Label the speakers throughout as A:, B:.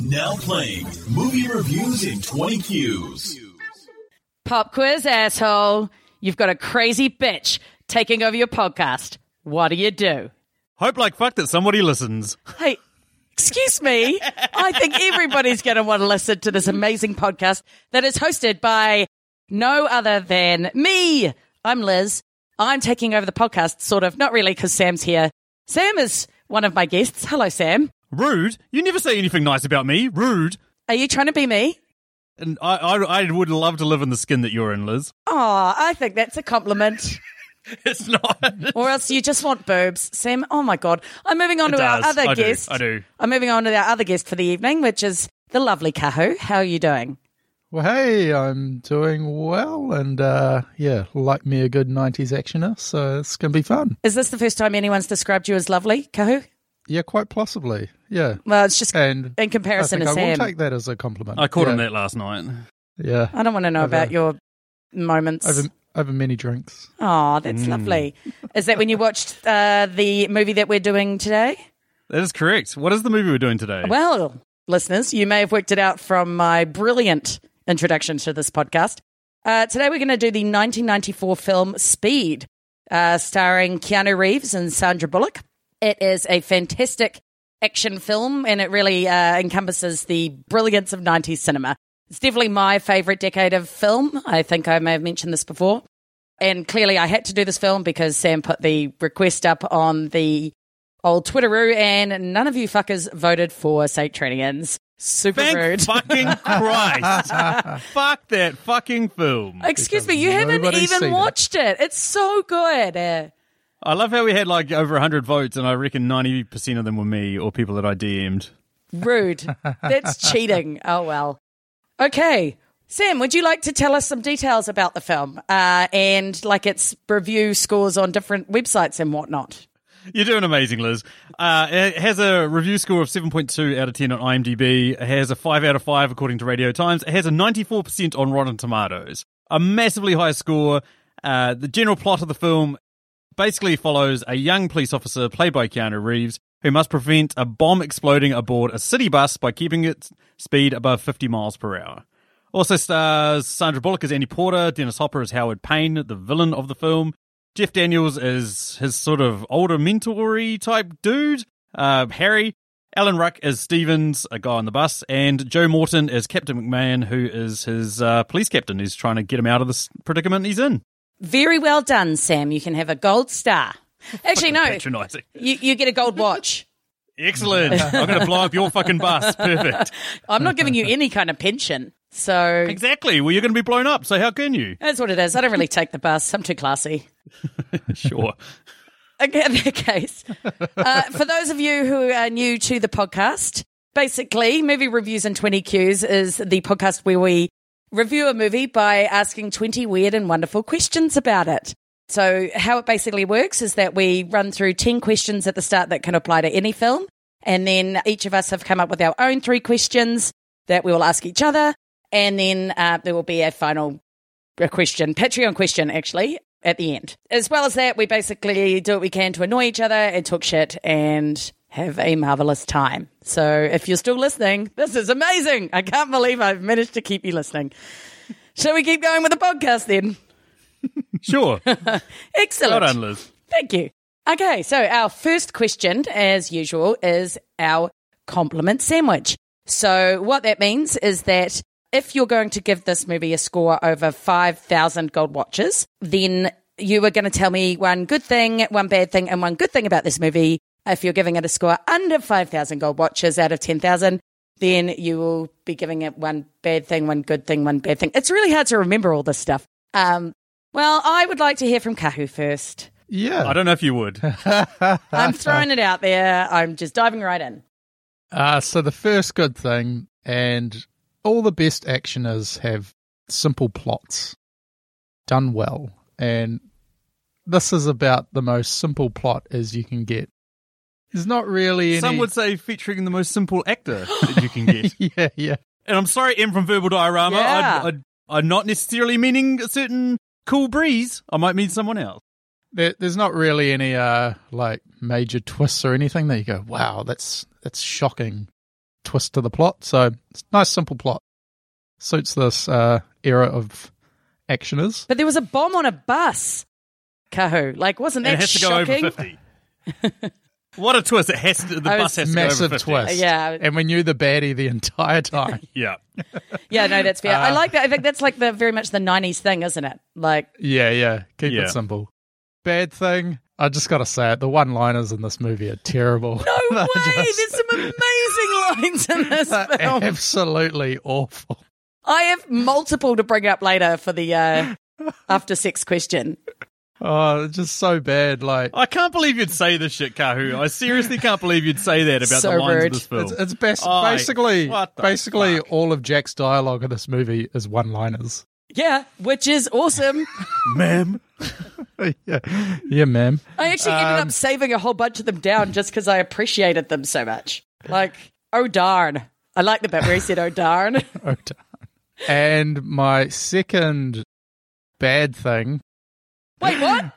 A: Now playing movie reviews in 20 cues.
B: Pop quiz, asshole. You've got a crazy bitch taking over your podcast. What do you do?
C: Hope like fuck that somebody listens.
B: Hey, excuse me. I think everybody's going to want to listen to this amazing podcast that is hosted by no other than me. I'm Liz. I'm taking over the podcast, sort of, not really, because Sam's here. Sam is one of my guests. Hello, Sam.
C: Rude. You never say anything nice about me. Rude.
B: Are you trying to be me?
C: And I, I, I would love to live in the skin that you're in, Liz.
B: Oh, I think that's a compliment.
C: It's not.
B: or else you just want boobs, Sam. Oh my God. I'm moving on to
C: It does.
B: our other
C: I do.
B: guest.
C: I do.
B: I'm moving on to our other guest for the evening, which is the lovely Kahu. How are you doing?
D: Well, hey, I'm doing well, and uh, yeah, like me a good '90s actioner, so it's gonna be fun.
B: Is this the first time anyone's described you as lovely, Kahu?
D: Yeah, quite possibly. Yeah,
B: Well, it's just
D: and
B: in comparison
D: I think
B: to
D: I
B: Sam.
D: will take that as a compliment.
C: I called
D: yeah,
C: him that last night.
D: Yeah,
B: I don't want to know
D: Over-
B: about your moments.
D: over over many drinks.
B: Oh,
C: Mm.
B: that's lovely. Is that when you watched uh, the movie that we're doing today?
C: That is correct. What is the movie we're doing today?
B: Well, listeners, you may have worked it out from my brilliant introduction to this podcast. Uh, today, we're going to do the 1994 film Speed, uh, starring Keanu Reeves and Sandra Bullock. It is a fantastic action film and it really uh, encompasses the brilliance of 90s cinema. It's definitely my favorite decade of film. I think I may have mentioned this before. And clearly, I had to do this film because Sam put the request up on the old Twitteroo, and none of you fuckers voted for Satranians. Super
C: Thank
B: rude.
C: fucking Christ. Fuck that fucking film.
B: Excuse me,
D: Because
B: you haven't
D: nobody's
B: even
D: seen it.
B: watched it. It's so good. Uh,
C: I love how we had like over 100 votes, and I reckon 90% of them were me or people that I DM'd.
B: rude. That's cheating. Oh, well. Okay. Sam, would you like to tell us some details about the film uh, and like its review scores on different websites and whatnot?
C: You're doing amazing, Liz. Uh, it has a review score of 7.2 out of 10 on IMDb. It has a 5 out of 5 according to Radio Times. It has a 94% on Rotten Tomatoes. A massively high score. Uh, the general plot of the film basically follows a young police officer played by Keanu Reeves who must prevent a bomb exploding aboard a city bus by keeping its speed above 50 miles per hour. Also stars Sandra Bullock as Andy Porter, Dennis Hopper as Howard Payne, the villain of the film. Jeff Daniels is his sort of older mentory type dude, uh, Harry. Alan Ruck is Stevens, a guy on the bus, and Joe Morton is Captain McMahon, who is his uh, police captain who's trying to get him out of this predicament he's in.
B: Very well done, Sam. You can have a gold star. Actually, no,
C: Patronising.
B: you, you get a gold watch.
C: Excellent. I'm going to blow up your fucking bus. Perfect.
B: I'm not giving you any kind of pension. So
C: Exactly. Well, you're going to be blown up, so how can you?
B: that's what it is. I don't really take the bus. I'm too classy.
C: Sure.
B: Okay, in that case, uh, for those of you who are new to the podcast, basically, Movie Reviews and 20 Qs is the podcast where we review a movie by asking 20 weird and wonderful questions about it. So, how it basically works is that we run through 10 questions at the start that can apply to any film. And then each of us have come up with our own three questions that we will ask each other. And then uh, there will be a final a question, Patreon question, actually, at the end. As well as that, we basically do what we can to annoy each other and talk shit and have a marvelous time. So if you're still listening, this is amazing. I can't believe I've managed to keep you listening. Shall we keep going with the podcast then?
C: Sure. Well
B: Excellent.
C: done, Liz.
B: Thank you. Okay, so our first question, as usual, is our compliment sandwich. So, what that means is that if you're going to give this movie a score over 5,000 gold watches, then you are going to tell me one good thing, one bad thing, and one good thing about this movie. If you're giving it a score under 5,000 gold watches out of 10,000, then you will be giving it one bad thing, one good thing, one bad thing. It's really hard to remember all this stuff. Um, well, I would like to hear from Kahu first.
C: I
D: Yeah.
C: don't know if you would.
B: I'm throwing it out there. I'm just diving right in.
D: Uh, so the first good thing, and all the best actioners have simple plots done well, and this is about the most simple plot as you can get. There's not really any.
C: Some would say featuring the most simple actor that you can get.
D: yeah, yeah.
C: and I'm sorry, M from Verbal Diorama.
B: Yeah.
C: I, I, I'm not necessarily meaning a certain cool breeze. I might mean someone else.
D: there, there's not really any uh like major twists or anything that you go, wow, that's that's shocking. twist to the plot. So it's a nice, simple plot. Suits this uh, era of actioners.
B: But there was a bomb on a bus, Kahu. Like, wasn't
C: And it
B: that
C: has to go over
B: shocking? Oh,
C: 50. what a twist. It has to, the
B: I was-
C: bus has to go
D: Massive
C: over 50.
D: twist.
B: Uh, Yeah.
D: And we knew the baddie the entire time.
C: Yeah.
B: Yeah, no, that's fair. I
C: Uh.
B: like that. I think that's like the very much the '90s thing, isn't it? Like,
D: Yeah, yeah. Keep
C: Yeah.
D: it simple. Bad thing. I just got to say it. The one liners in this movie are terrible.
B: no
D: They're
B: way.
D: just
B: There's some amazing lines in this film.
D: absolutely awful.
B: I have multiple to bring up later for the uh, after sex question.
D: Oh, it's just so bad. Like,
C: I can't believe you'd say this shit, Kahu. I seriously can't believe you'd say that about
B: So
C: the lines
B: rude.
C: of this film.
D: it's, it's bas-
C: Oh,
D: basically,
C: what the
D: basically
C: fuck?
D: all of Jack's dialogue in this movie is one liners.
B: Yeah, which is awesome.
C: Ma'am.
D: yeah. Yeah, ma'am.
B: I actually ended
C: Um,
B: up saving a whole bunch of them down just because I appreciated them so much. Like, oh darn. I like the bit where he said, oh darn.
D: Oh, darn. And my second bad thing.
B: Wait, what?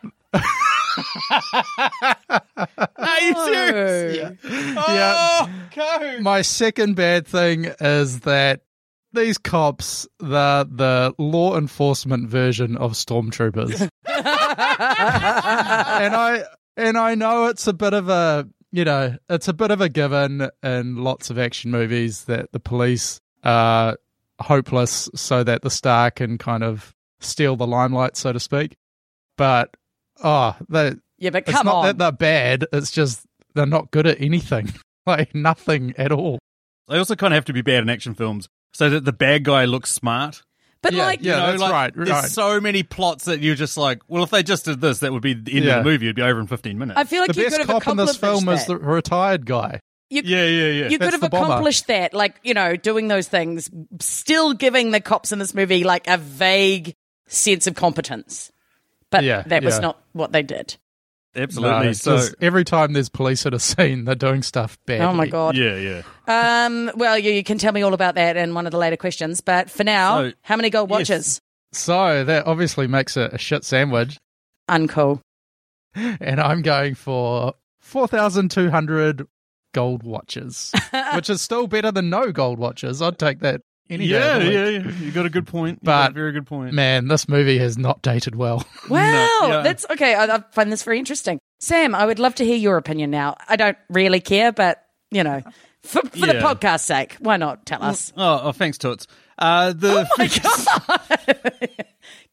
C: Are you serious?
B: Oh.
C: Oh, Kahu.
D: My second bad thing is that these cops, the the law enforcement version of stormtroopers, and I and I know it's a bit of a you know it's a bit of a given in lots of action movies that the police are hopeless, so that the star can kind of steal the limelight, so to speak. But oh, they,
B: Yeah, but
D: it's
B: come
D: not
B: on.
D: that they're bad; it's just they're not good at anything, like nothing at all.
C: They also kind of have to be bad in action films so that the bad guy looks smart.
B: but
D: Yeah,
B: like,
D: yeah.
C: You know,
D: that's
C: like,
D: right,
C: There's
D: right.
C: so many plots that you're just like, well, if they just did this, that would be the end
D: Yeah.
C: of the movie. It'd be over in 15 minutes.
B: I feel like
D: the
B: you could
D: best
B: have
D: cop in this
B: accomplished
D: film
B: that.
D: is the retired guy.
C: yeah, yeah, yeah.
B: you could
D: That's
B: have
D: the bomber.
B: accomplished that, like, you know, doing those things, still giving the cops in this movie, like, a vague sense of competence. But
D: Yeah,
B: that was
D: yeah.
B: not what they did.
C: Absolutely.
D: No, it's
C: so,
D: just every time there's police at a scene, they're doing stuff bad.
B: Oh, my God.
C: yeah, yeah.
B: Um, well, you, you can tell me all about that in one of the later questions. But for now,
C: So-
B: how many gold
C: Yes.
B: watches?
D: So that obviously makes it a shit sandwich,
B: Uncool.
D: and I'm going for four thousand two hundred gold watches, which is still better than no gold watches. I'd take that any day.
C: Yeah,
D: of the week.
C: yeah, yeah. You got a good point. You
D: But-
C: got a very good point.
D: Man, this movie has not dated well.
B: Wow,
C: yeah.
B: that's okay. I, I find this very interesting. Sam, I would love to hear your opinion now. I don't really care, but you know, for, for the
C: Yeah.
B: podcast's sake, why not tell us?
C: Oh, oh, thanks, Toots. Uh, the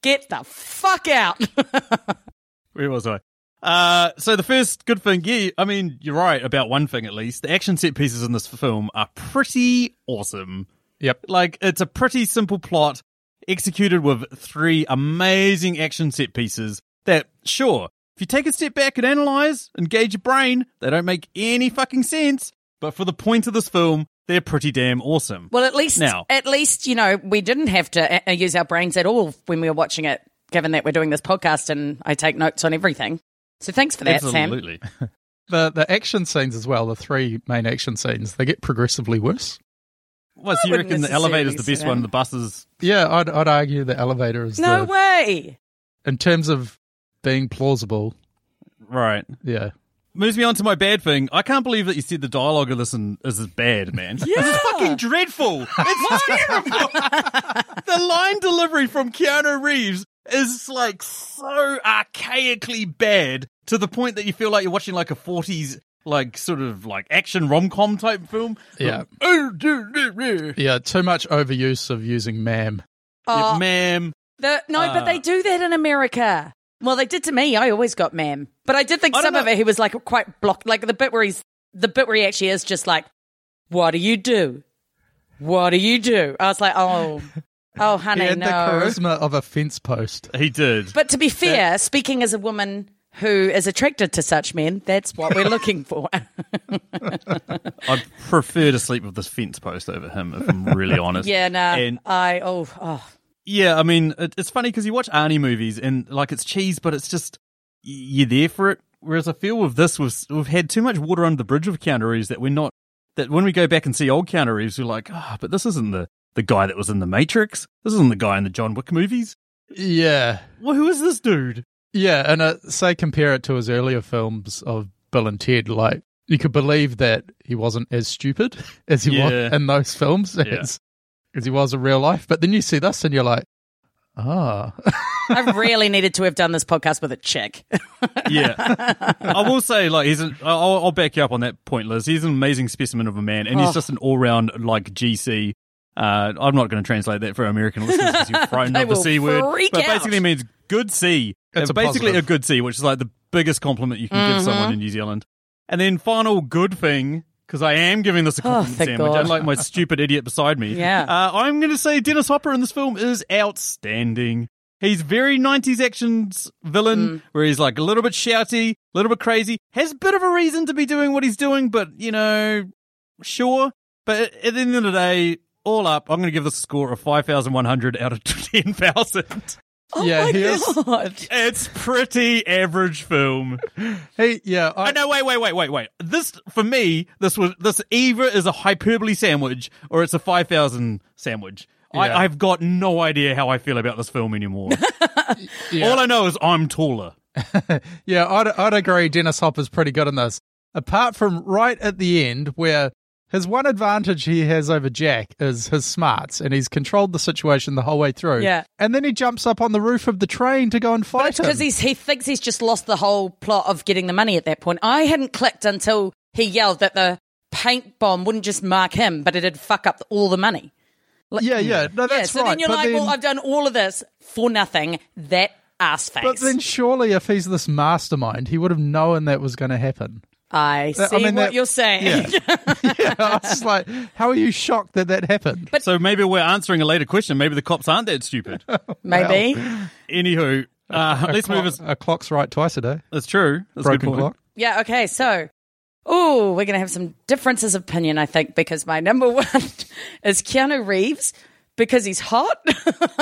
B: Get the fuck out.
C: Where was I? Uh, so the first good thing, yeah, I mean, you're right about one thing at least. The action set pieces in this film are pretty awesome.
D: Yep.
C: Like, it's a pretty simple plot executed with three amazing action set pieces that, sure, if you take a step back and analyze, engage your brain, they don't make any fucking sense. But for the point of this film, they're pretty damn awesome.
B: well, at least,
C: Now.
B: at least you know we didn't have to uh, use our brains at all when we were watching it. Given that we're doing this podcast and I take notes on everything, so thanks for that, Sam.
C: Absolutely.
D: The the action scenes as well, the three main action scenes, they get progressively worse.
C: Well, so you
B: wouldn't
C: reckon the elevator's the
B: necessarily
C: best
B: say
C: one,
B: that.
C: the buses?
D: Yeah, I'd I'd argue the elevator is
B: No
D: the,
B: way.
D: in terms of being plausible.
C: Right.
D: Yeah.
C: Moves me on to my bad thing. I can't believe that you said the dialogue of this in- is as bad, man. This
B: Yeah.
C: is fucking dreadful. It's terrible. the line delivery from Keanu Reeves is like so archaically bad to the point that you feel like you're watching like a 40s like sort of like action rom-com type film.
D: Yeah.
C: Oh, do, do, do.
D: Yeah, too much overuse of using ma'am.
B: Oh,
C: Yeah, ma'am.
B: The, no, but
C: Uh,
B: they do that in America. Well, they did to me. I always got ma'am, but I did think
C: I don't
B: some of
C: know.
B: it he was like quite blocked, like the bit where he's the bit where he actually is just like, "What do you do? What do you do?" I was like, "Oh, oh, honey,
D: He had
B: no."
D: the charisma of a fence post.
C: He did.
B: But to be fair, speaking as a woman who is attracted to such men, that's what we're looking for.
C: I'd prefer to sleep with this fence post over him, if I'm really honest.
B: yeah, no,
C: And
B: I oh oh
C: Yeah, I mean, it, it's funny because you watch Arnie movies and like it's cheese, but it's just y- you're there for it. Whereas I feel with this, we've we've had too much water under the bridge with Keanu Reeves that we're not. That when we go back and see old Keanu Reeves, we're like, ah, but this isn't the the guy that was in the Matrix. This isn't the guy in the John Wick movies.
D: Yeah.
C: Well, who is this dude?
D: Yeah, and uh, say compare it to his earlier films of Bill and Ted, like you could believe that he wasn't as stupid as he was
C: Yeah.
D: in those films as,
C: Yeah.
D: as he was in real life. But then you see this and you're like, ah,
B: I really needed to have done this podcast with a chick.
C: yeah. I will say, like, he's an, I'll, I'll back you up on that point, Liz. He's an amazing specimen of a man, and
B: Oh.
C: he's just an all round, like, GC. Uh, I'm not going to translate that for American listeners because you're frightened
B: They
C: of the
B: will
C: C word.
B: freak
C: but
B: out.
C: basically means good C. Uh,
D: It's a
C: basically
D: positive.
C: a good C, which is like the biggest compliment you can give
B: Mm-hmm.
C: someone in New Zealand. And then, final good thing, because I am giving this a compliment
B: Oh, thank
C: sandwich,
B: God.
C: unlike my stupid idiot beside me.
B: Yeah.
C: Uh, I'm going to say Dennis Hopper in this film is outstanding. He's very 90s actions villain, where he's like a little bit shouty, a little bit crazy, has a bit of a reason to be doing what he's doing, but you know, sure. But at the end of the day, all up, I'm going to give this a score of 5,100 out of 10,000.
B: Oh
D: Yeah,
B: my
D: he is.
B: god.
C: It's pretty average film.
D: hey, yeah,
C: Oh
D: I,
C: no! Wait, wait, wait, wait, wait. This for me, this was this either is a hyperbole sandwich or it's a five thousand sandwich.
D: Yeah.
C: I, I've got no idea how I feel about this film anymore.
D: yeah.
C: All I know is I'm taller.
D: Yeah, I'd, I'd agree. Dennis Hopper's pretty good in this. Apart from right at the end, where his one advantage he has over Jack is his smarts, and he's controlled the situation the whole way through.
B: Yeah.
D: And then he jumps up on the roof of the train to go and fight him.
B: Because he's he thinks he's just lost the whole plot of getting the money at that point. I hadn't clicked until he yelled that the paint bomb wouldn't just mark him, but it'd fuck up all the money.
D: yeah, yeah. No,
B: Yeah,
D: that's
B: so
D: right.
B: then you're
D: but
B: like,
D: then,
B: well, I've done all of this for nothing. That ass face.
D: but then surely if he's this mastermind, he would have known that was going to happen.
B: I see
D: I mean,
B: what
D: that-
B: you're saying.
D: yeah, I was just like, how are you shocked that that happened?
C: So maybe we're answering a later question. Maybe the cops aren't that stupid.
B: Maybe.
C: Anywho, uh, let's move us.
D: A clock's right twice a day.
C: That's true. That's a good
D: Broken
C: point.
D: clock.
B: Yeah, okay, so oh, we're gonna have some differences of opinion, I think, because my number one is Keanu Reeves because he's hot.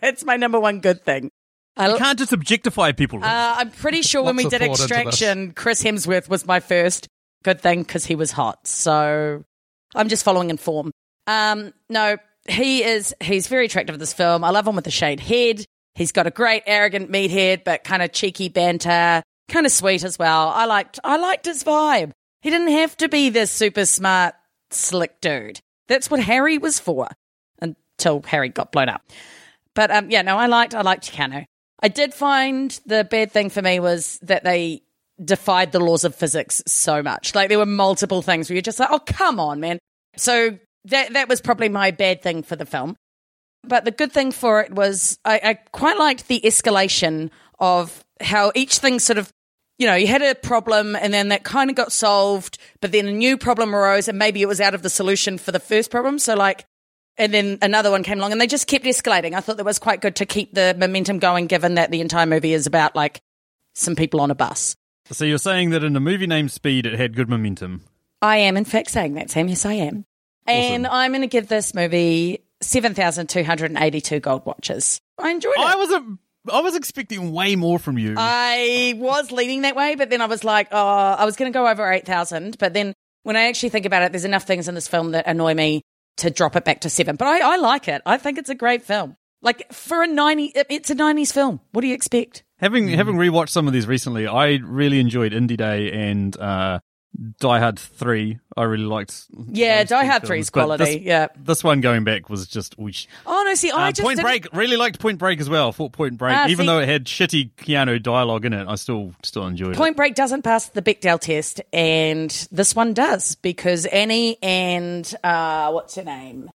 B: That's my number one good thing. I,
C: You
B: uh,
C: can't just objectify people.
D: Uh,
B: I'm pretty sure when we
D: Lots of
B: did
D: thought into this.
B: Extraction, Chris Hemsworth was my first good thing because he was hot. So I'm just following in form. Um, no, he is he's very attractive in this film. I love him with the shade head. He's got a great arrogant meathead, but kind of cheeky banter, kind of sweet as well. I liked I liked his vibe. He didn't have to be this super smart, slick dude. That's what Harry was for. Until Harry got blown up. But um, yeah, no, I liked I liked Chicano. I did find the bad thing for me was that they defied the laws of physics so much. Like there were multiple things where you're just like, oh come on, man. So that that was probably my bad thing for the film. But the good thing for it was I, I quite liked the escalation of how each thing sort of you know, you had a problem and then that kind of got solved, but then a new problem arose and maybe it was out of the solution for the first problem. So like and then another one came along and they just kept escalating. I thought that was quite good to keep the momentum going given that the entire movie is about like some people on a bus.
C: so you're saying that in a movie named Speed, it had good momentum.
B: I am, in fact, saying that, Sam. Yes, I am. And I'm going to give this movie 7,282 gold watches. I enjoyed it.
C: I was a, I was expecting way more from you.
B: I was leaning that way, but then I was like, oh, I was going to go over 8,000. But then when I actually think about it, there's enough things in this film that annoy me to drop it back to seven. But I, I like it. I think it's a great film. Like for a 90, it- it's a 90s film. What do you expect?
C: Having having rewatched some of these recently, I really enjoyed Indie Day and uh, Die Hard Three. I really liked.
B: Yeah,
C: those
B: Die
C: two
B: Hard
C: films,
B: 3 's
C: but
B: quality,
C: This,
B: yeah.
C: this one going back was just. Whoosh.
B: Oh, no, see, I
C: Uh,
B: just.
C: Point
B: didn't-
C: Break really liked Point Break as well. Thought Point Break,
B: Ah,
C: even
B: see-
C: though it had shitty Keanu dialogue in it, I still still enjoyed
B: Point Break doesn't pass the Bechdel test, and this one does because Annie and uh, what's her name,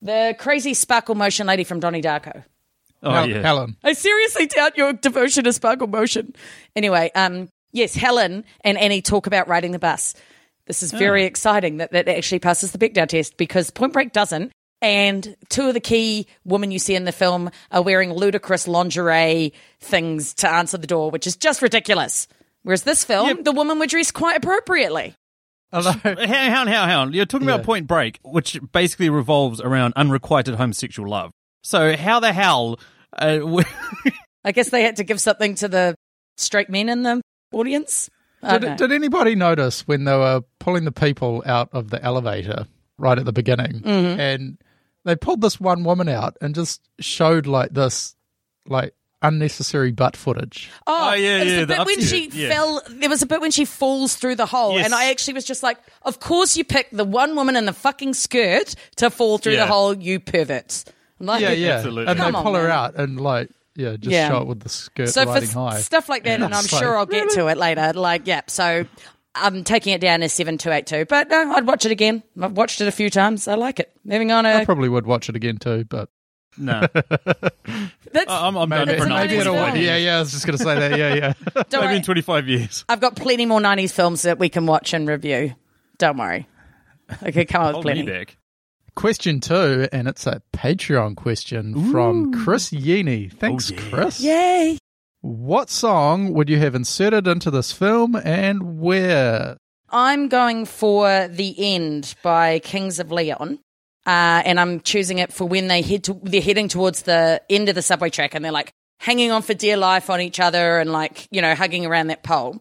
B: the crazy sparkle motion lady from Donnie Darko.
C: it. Oh
D: Hel-
C: yeah,
D: Helen.
B: I seriously doubt your devotion to sparkle motion. Anyway, um, yes, Helen and Annie talk about riding the bus. This is very exciting that that actually passes the Bechdel test because Point Break doesn't. And two of the key women you see in the film are wearing ludicrous lingerie things to answer the door, which is just ridiculous. Whereas this film, the women were dressed quite appropriately.
D: Hello.
C: Hang on, hang on, hang on. You're talking
D: Yeah.
C: about Point Break, which basically revolves around unrequited homosexual love. So how the hell? Uh, w-
B: I guess they had to give something to the straight men in the audience. I don't know.
D: Did, did anybody notice when they were pulling the people out of the elevator right at the beginning
B: Mm-hmm.
D: and they pulled this one woman out and just showed like this like unnecessary butt footage.
B: Oh,
C: Oh, yeah,
B: it was
C: yeah,
B: the
C: the
B: bit when
C: upstairs,
B: she
C: yeah.
B: fell. There was a bit when she falls through the hole,
C: Yes.
B: and I actually was just like, "Of course you picked the one woman in the fucking skirt to fall through
C: Yeah.
B: the hole, you perverts." I'm like,
D: Yeah, yeah.
C: Absolutely.
D: And they
B: Come on,
D: pull her
B: man.
D: out and like yeah, just
B: Yeah.
D: show it with the skirt
B: So for
D: riding
B: s-
D: high.
B: stuff like that, and I'm
D: It's like-
B: sure I'll get to it later. Like, yeah. So I'm taking it down as seven two eight two, but no, I'd watch it again. I've watched it a few times. I like it. Moving on.
D: I
B: Uh,
D: probably would watch it again too, but
C: No,
B: that's,
C: I'm, I'm done
D: maybe,
C: for
B: an
C: now.
D: maybe
B: 90s
D: it'll
B: film.
D: win. Yeah, yeah. I was just gonna say that. Yeah, yeah.
B: don't
C: Maybe
B: worry.
C: in 25 years.
B: I've got plenty more '90s films that we can watch and review. Don't worry. I could come up with
C: Hold me
B: plenty.
C: back.
D: question two, and it's a Patreon question from Chris Yeaney. Thanks,
C: Oh, yeah.
D: Chris.
B: Yay!
D: What song would you have inserted into this film, and where?
B: I'm going for The End by Kings of Leon. Uh, and I'm choosing it for when they head to, they're heading towards the end of the subway track and they're like hanging on for dear life on each other and like, you know, hugging around that pole.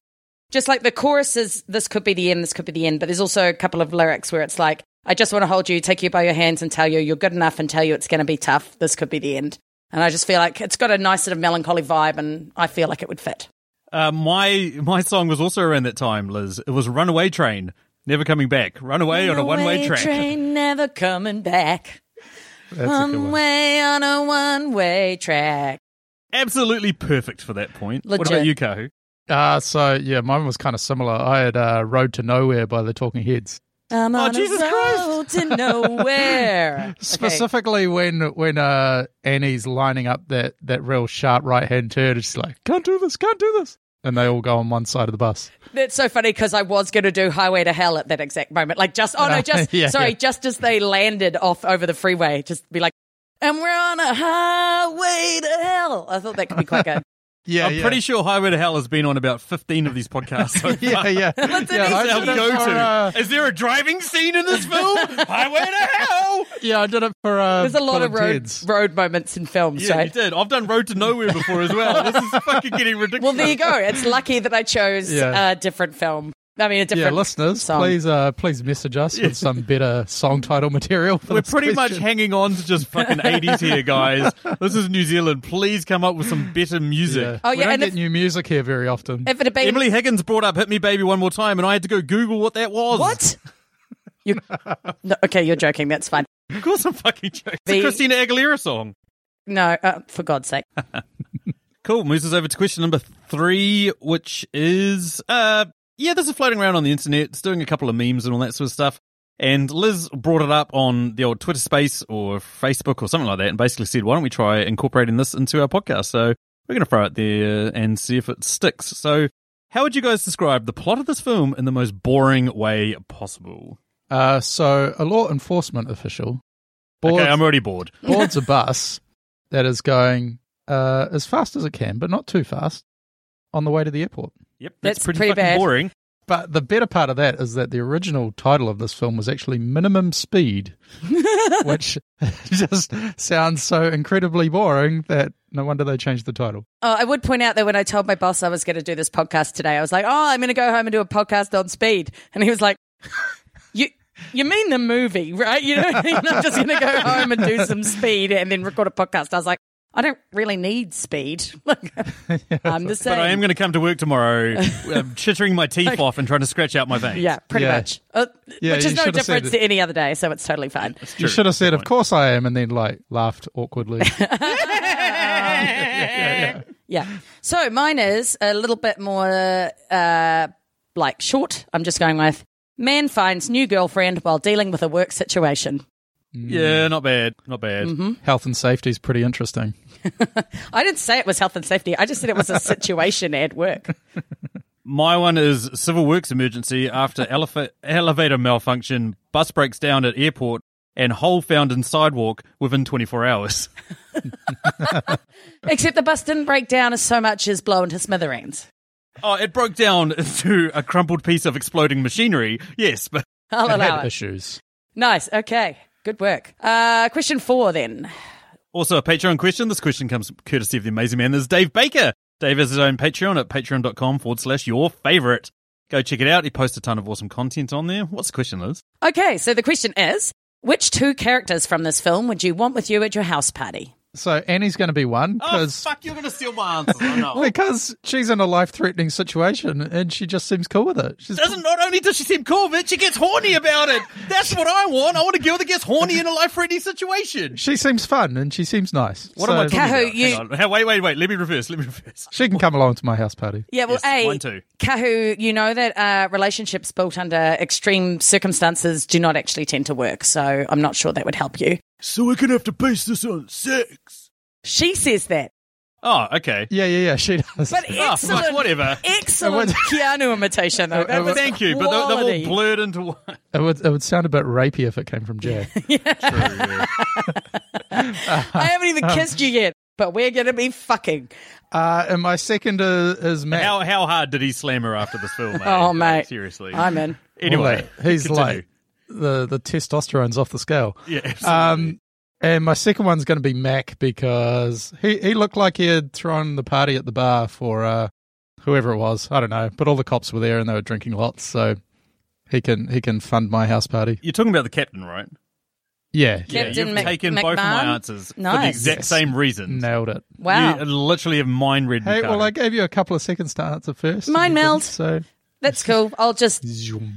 B: Just like the chorus is, this could be the end, this could be the end. But there's also a couple of lyrics where it's like, I just want to hold you, take you by your hands and tell you you're good enough and tell you it's going to be tough. This could be the end. And I just feel like it's got a nice sort of melancholy vibe and I feel like it would fit.
C: Uh, my my song was also around that time, Liz. It was "Runaway Train," never coming back. Runaway on a one-way track.
B: train never coming back.
D: That's
C: Um,
D: a good
B: One
D: one.
B: way on a one way track.
C: Absolutely perfect for that point. What about
B: Legit.
C: you, Kahu?
D: Uh, so yeah, mine was kind of similar. I had uh, "Road to Nowhere" by the Talking Heads,
B: I'm on
C: Jesus
B: a road to nowhere. Okay.
D: specifically when when uh, Annie's lining up that that real sharp right hand turn. It's just like, can't do this, can't do this, and they all go on one side of the bus.
B: That's so funny because I was going to do Highway to Hell at that exact moment. Like just, oh no, just,
D: Yeah,
B: sorry,
D: yeah.
B: just as they landed off over the freeway, just be like, and we're on a highway to hell. I thought that could be quite good.
D: Yeah,
C: I'm pretty sure "Highway to Hell" has been on about 15 of these podcasts. So
D: Yeah, yeah.
B: That's an
D: yeah,
B: easy
C: Our
D: I did it for,
C: go-to.
D: uh,
C: Is there a driving scene in this film? Highway to Hell.
D: yeah, I did it for. Uh,
B: There's a lot
D: Bill
B: of
D: and
B: road,
D: Ted's.
B: road moments in films,
C: Yeah, you
B: right?
C: did. I've done Road to Nowhere before as well. This is fucking getting ridiculous.
B: Well, there you go. It's lucky that I chose
D: Yeah.
B: a different film. I mean, a
D: Yeah,
B: different
D: listeners,
B: song.
D: please, uh, please message us with some better song title material. For
C: We're
D: this
C: pretty much
D: question.
C: hanging on to just fucking 80s here, guys. This is New Zealand. Please come up with some better music.
D: Yeah.
B: Oh,
D: we
B: yeah,
D: don't
B: and
D: get
B: if-
D: new music here very often.
B: If it had been
C: Emily Higgins brought up "Hit Me, Baby" one more time, and I had to go Google what that was.
B: What? You, no, okay, you're joking. That's fine.
C: Of course, I'm fucking joking. It's
B: The-
C: a Christina Aguilera song.
B: No, uh, for God's sake.
C: Cool. Moves us over to question number three, which is uh yeah, this is floating around on the internet. It's doing a couple of memes and all that sort of stuff. And Liz brought it up on the old Twitter space or Facebook or something like that, and basically said, "Why don't we try incorporating this into our podcast?" So we're going to throw it there and see if it sticks. So, how would you guys describe the plot of this film in the most boring way possible?
D: Uh, so, a law enforcement official boards,
C: Okay, I'm already bored.
D: boards a bus that is going uh, as fast as it can, but not too fast, on the way to the airport.
C: Yep,
B: That's pretty
C: fucking
B: bad.
C: boring.
D: But the better part of that is that the original title of this film was actually Minimum Speed, which just sounds so incredibly boring that no wonder they changed the title.
B: Oh, I would point out that when I told my boss I was going to do this podcast today, I was like, "Oh, I'm going to go home and do a podcast on speed," and he was like, "You." You mean the movie, right? You know, what I mean? I'm just going to go home and do some speed and then record a podcast. I was like, I don't really need speed. Like, I'm the same.
C: But I am going to come to work tomorrow, um, chittering my teeth off and trying to scratch out my veins.
B: yeah, pretty
D: Yeah.
B: much. Uh,
D: Yeah,
B: which is
D: you
B: no
D: should have said
B: difference
D: that-
B: to any other day, so it's totally fine.
D: You
C: True.
D: should have said, "Of course I am," and then like laughed awkwardly.
B: Yeah. So mine is a little bit more uh, like short. I'm just going with man finds new girlfriend while dealing with a work situation.
C: Yeah, not bad. Not bad.
B: Mm-hmm.
D: Health and safety is pretty interesting.
B: I didn't say it was health and safety. I just said it was a situation at work.
C: My one is civil works emergency after elefa- elevator malfunction, bus breaks down at airport, and hole found in sidewalk within 24 hours.
B: Except the bus didn't break down as so much as blow into smithereens.
C: Oh, it broke down into a crumpled piece of exploding machinery. Yes, but
B: I'll
D: It had
B: allow it.
D: issues.
B: Nice. Okay. Good work. Uh, question four then.
C: also a Patreon question. This question comes courtesy of the amazing man. There's Dave Baker. Dave has his own Patreon at patreon.com forward slash your favorite. Go check it out. He posts a ton of awesome content on there. What's the question, Liz?
B: Okay. So the question is which two characters from this film would you want with you at your house party?
D: So Annie's going to be one
C: Oh,
D: because
C: fuck, you're going to steal my answer. I know.
D: because she's in a life threatening situation and she just seems cool with it. She's
C: Doesn't not only does she seem cool, but she gets horny about it. That's what I want. I want a girl that gets horny in a life threatening situation.
D: she seems fun and she seems nice.
C: What
D: so
C: am I talking
B: Kahu,
C: about?
B: you-
C: Hang on. Hey, Wait, wait, wait. Let me reverse. Let me reverse.
D: She can come along to my house party.
B: Yeah, well,
C: Yes,
B: A,
C: one, two.
B: Kahu, you know that uh, relationships built under extreme circumstances do not actually tend to work, so I'm not sure that would help you.
C: So we're gonna have to base this on sex.
B: She says that.
C: Oh, okay.
D: Yeah, yeah, yeah. She does.
B: But
C: Oh,
B: excellent.
C: fuck, whatever.
B: Excellent
D: It
B: Keanu imitation, though. That was
C: Thank you, but they're, they're all
B: quality.
C: blurred into one.
D: It would it would sound a bit rapey if it came from Jack.
B: I haven't even
C: Um.
B: kissed you yet, but we're going to be fucking.
D: uh, and my second is, is Matt.
C: How how hard did he slam her after this film? Mate?
B: Oh, mate.
C: seriously.
B: I'm in.
C: anyway,
D: Well, he's
C: continue.
D: like the the testosterone's off the scale.
C: yeah, absolutely.
D: Um, and my second one's going to be Mac because he, he looked like he had thrown the party at the bar for uh, whoever it was. I don't know, but all the cops were there and they were drinking lots, so he can he can fund my house party.
C: You're talking about the captain, right?
D: Yeah,
C: Yeah,
B: Captain
C: you've
B: Mc-
C: taken both of
B: McMahon?
C: my answers for the
B: Nice.
C: exact same reason.
D: nailed it.
B: Wow.
C: You literally have mind read.
D: Hey, well, I
C: like
D: gave you a couple of seconds to answer first. and
B: Mine
D: you didn't,
B: meld.
D: So
B: That's cool. I'll just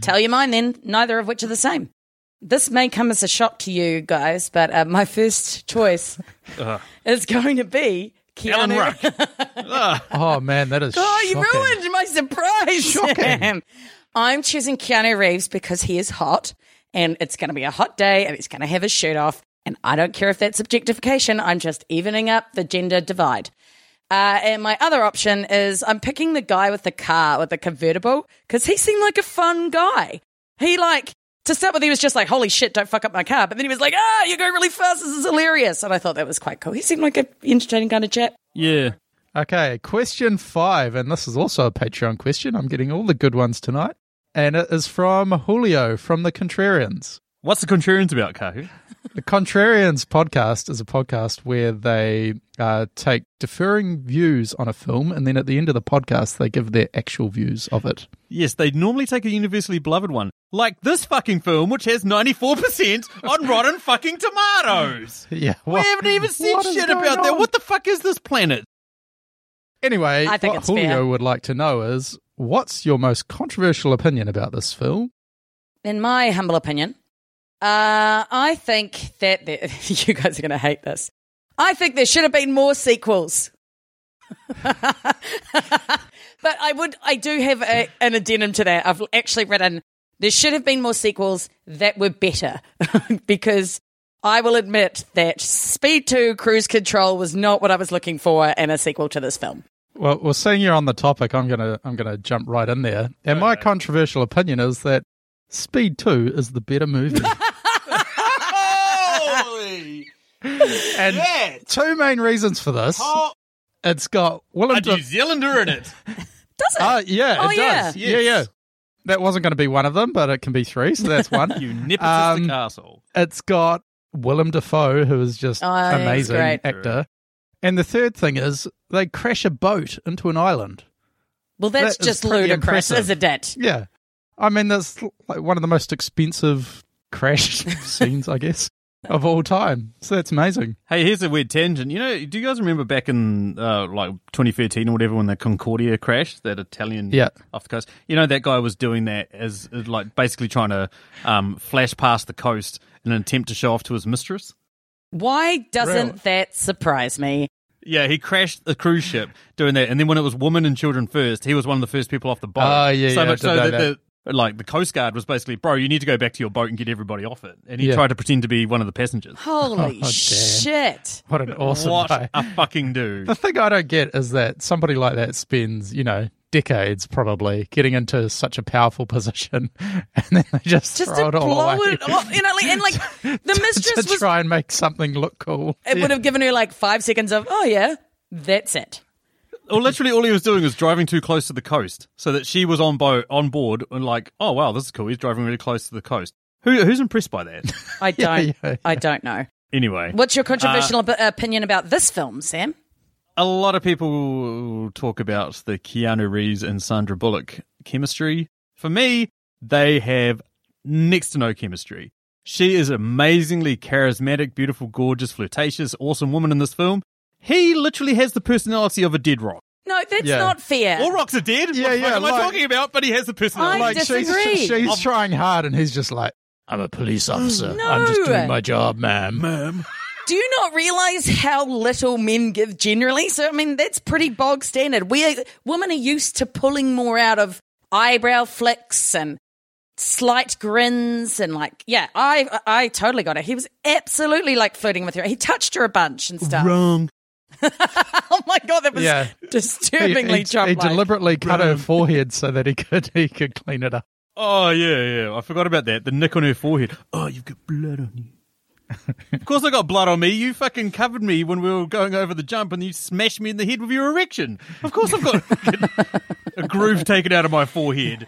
B: tell you mine then. Neither of which are the same. This may come as a shock to you guys, but uh, my first choice
C: Uh-huh.
B: is going to be Keanu.
C: Alan Ruck.
D: oh man, that is
B: Oh, you
D: shocking.
B: ruined my surprise.
D: Shocking.
B: Sam. I'm choosing Keanu Reeves because he is hot and it's going to be a hot day and he's going to have his shirt off. And I don't care if that's objectification. I'm just evening up the gender divide. Uh, and my other option is I'm picking the guy with the car, with the convertible, because he seemed like a fun guy. He like, to start with, he was just like, holy shit, don't fuck up my car. But then he was like, ah, you're going really fast. This is hilarious. And I thought that was quite cool. He seemed like an entertaining kind of chap.
C: yeah.
D: Okay, question five, and this is also a Patreon question. I'm getting all the good ones tonight, and it is from Julio from the Contrarians.
C: What's the contrarians about, Kahu?
D: The Contrarians podcast is a podcast where they uh, take deferring views on a film, and then at the end of the podcast, they give their actual views of it.
C: Yes, they normally take a universally beloved one, like this fucking film, which has 94% on rotten fucking tomatoes.
D: Yeah,
C: We haven't even said
D: what is
C: shit
D: going
C: about that.
D: on?
C: What the fuck is this planet?
D: Anyway,
B: I think
D: what
B: it's
D: Julio
B: fair.
D: would like to know is what's your most controversial opinion about this film?
B: in my humble opinion, uh, I think that there, you guys are going to hate this. I think there should have been more sequels. but I would, I do have a, an addendum to that. I've actually written there should have been more sequels that were better because I will admit that Speed 2 Cruise Control was not what I was looking for in a sequel to this film.
D: Well, well, seeing you're on the topic, I'm gonna I'm gonna jump right in there. And my controversial opinion is that Speed Two is the better movie,
C: Holy!
D: and two main reasons for this. It's got Willem.
C: A
D: Dafoe-
C: New Zealander in it.
B: Does it?
D: Ah, yeah,
B: Oh,
D: it
B: yeah.
D: does. Yeah, yeah. That wasn't going to be one of them, but it can be three, so that's one.
C: You nepotistic
D: Um,
C: asshole.
D: it's got Willem Dafoe, who is just
B: Oh, he's
D: amazing
B: great.
D: actor. And the third thing is they crash a boat into an island.
B: well, that's
D: that is
B: just
D: pretty
B: ludicrous,
D: impressive.
B: isn't it?
D: Yeah. I mean, that's like one of the most expensive crash scenes, I guess, of all time. So that's amazing.
C: Hey, here's a weird tangent. You know, do you guys remember back in uh, like 2013 or whatever when the Concordia crashed, that Italian
D: Yeah.
C: off the coast? You know, that guy was doing that as as, like basically trying to um, flash past the coast in an attempt to show off to his mistress.
B: Why doesn't
D: Really?
B: that surprise me?
C: Yeah, he crashed the cruise ship doing that, and then when it was women and children first, he was one of the first people off the boat.
D: Oh, yeah,
C: so
D: yeah,
C: much
D: I did
C: so
D: know
C: that, the like the Coast Guard was basically, bro, you need to go back to your boat and get everybody off it, and he
D: Yeah.
C: tried to pretend to be one of the passengers.
B: Holy
D: Oh, damn.
B: shit.
D: What an awesome
C: what
D: guy.
C: a fucking dude!
D: The thing I don't get is that somebody like that spends, you know, decades probably getting into such a powerful position and then they just,
B: Just
D: throw
B: to
D: it all
B: blow
D: away.
B: it off. You know, like, and like the mistress
D: to
B: was,
D: try and make something look cool.
B: it would have given her like five seconds of, oh yeah, that's it.
C: Well, literally, all he was doing was driving too close to the coast, so that she was on boat on board and like, oh wow, this is cool. He's driving really close to the coast. Who who's impressed by that?
B: I don't,
D: yeah, Uh, yeah.
B: I don't know.
C: anyway,
B: What's your controversial op- opinion about this film, Sam?
C: a lot of people talk about the Keanu Reeves and Sandra Bullock chemistry. For me, they have next to no chemistry. She is amazingly charismatic, beautiful, gorgeous, flirtatious, awesome woman in this film. He literally has the personality of a dead rock.
B: No, that's
D: Yeah.
B: not fair.
C: All rocks are dead.
D: Yeah,
C: what the fuck
D: yeah,
C: am I
D: like-
C: talking about? But he has the personality.
B: I
D: like
B: disagree.
D: she's she's trying hard, and he's just like, "I'm a police officer. I'm just
B: No.
D: doing my job, ma'am."
C: ma'am.
B: Do you not realize how little men give generally? So, I mean, that's pretty bog standard. We women are used to pulling more out of eyebrow flicks and slight grins and like, yeah, I I totally got it. He was absolutely like flirting with her. He touched her a bunch and stuff.
C: Wrong.
B: Oh my god, that was
D: Yeah. He, he,
B: disturbingly
D: he
B: childlike.
D: deliberately cut her forehead so that he could he could clean it up.
C: Oh yeah, yeah. I forgot about that. The nick on her forehead. Oh, you've got blood on you. of course, I got blood on me. You fucking covered me when we were going over the jump, and you smashed me in the head with your erection. Of course, I've got a groove taken out of my forehead.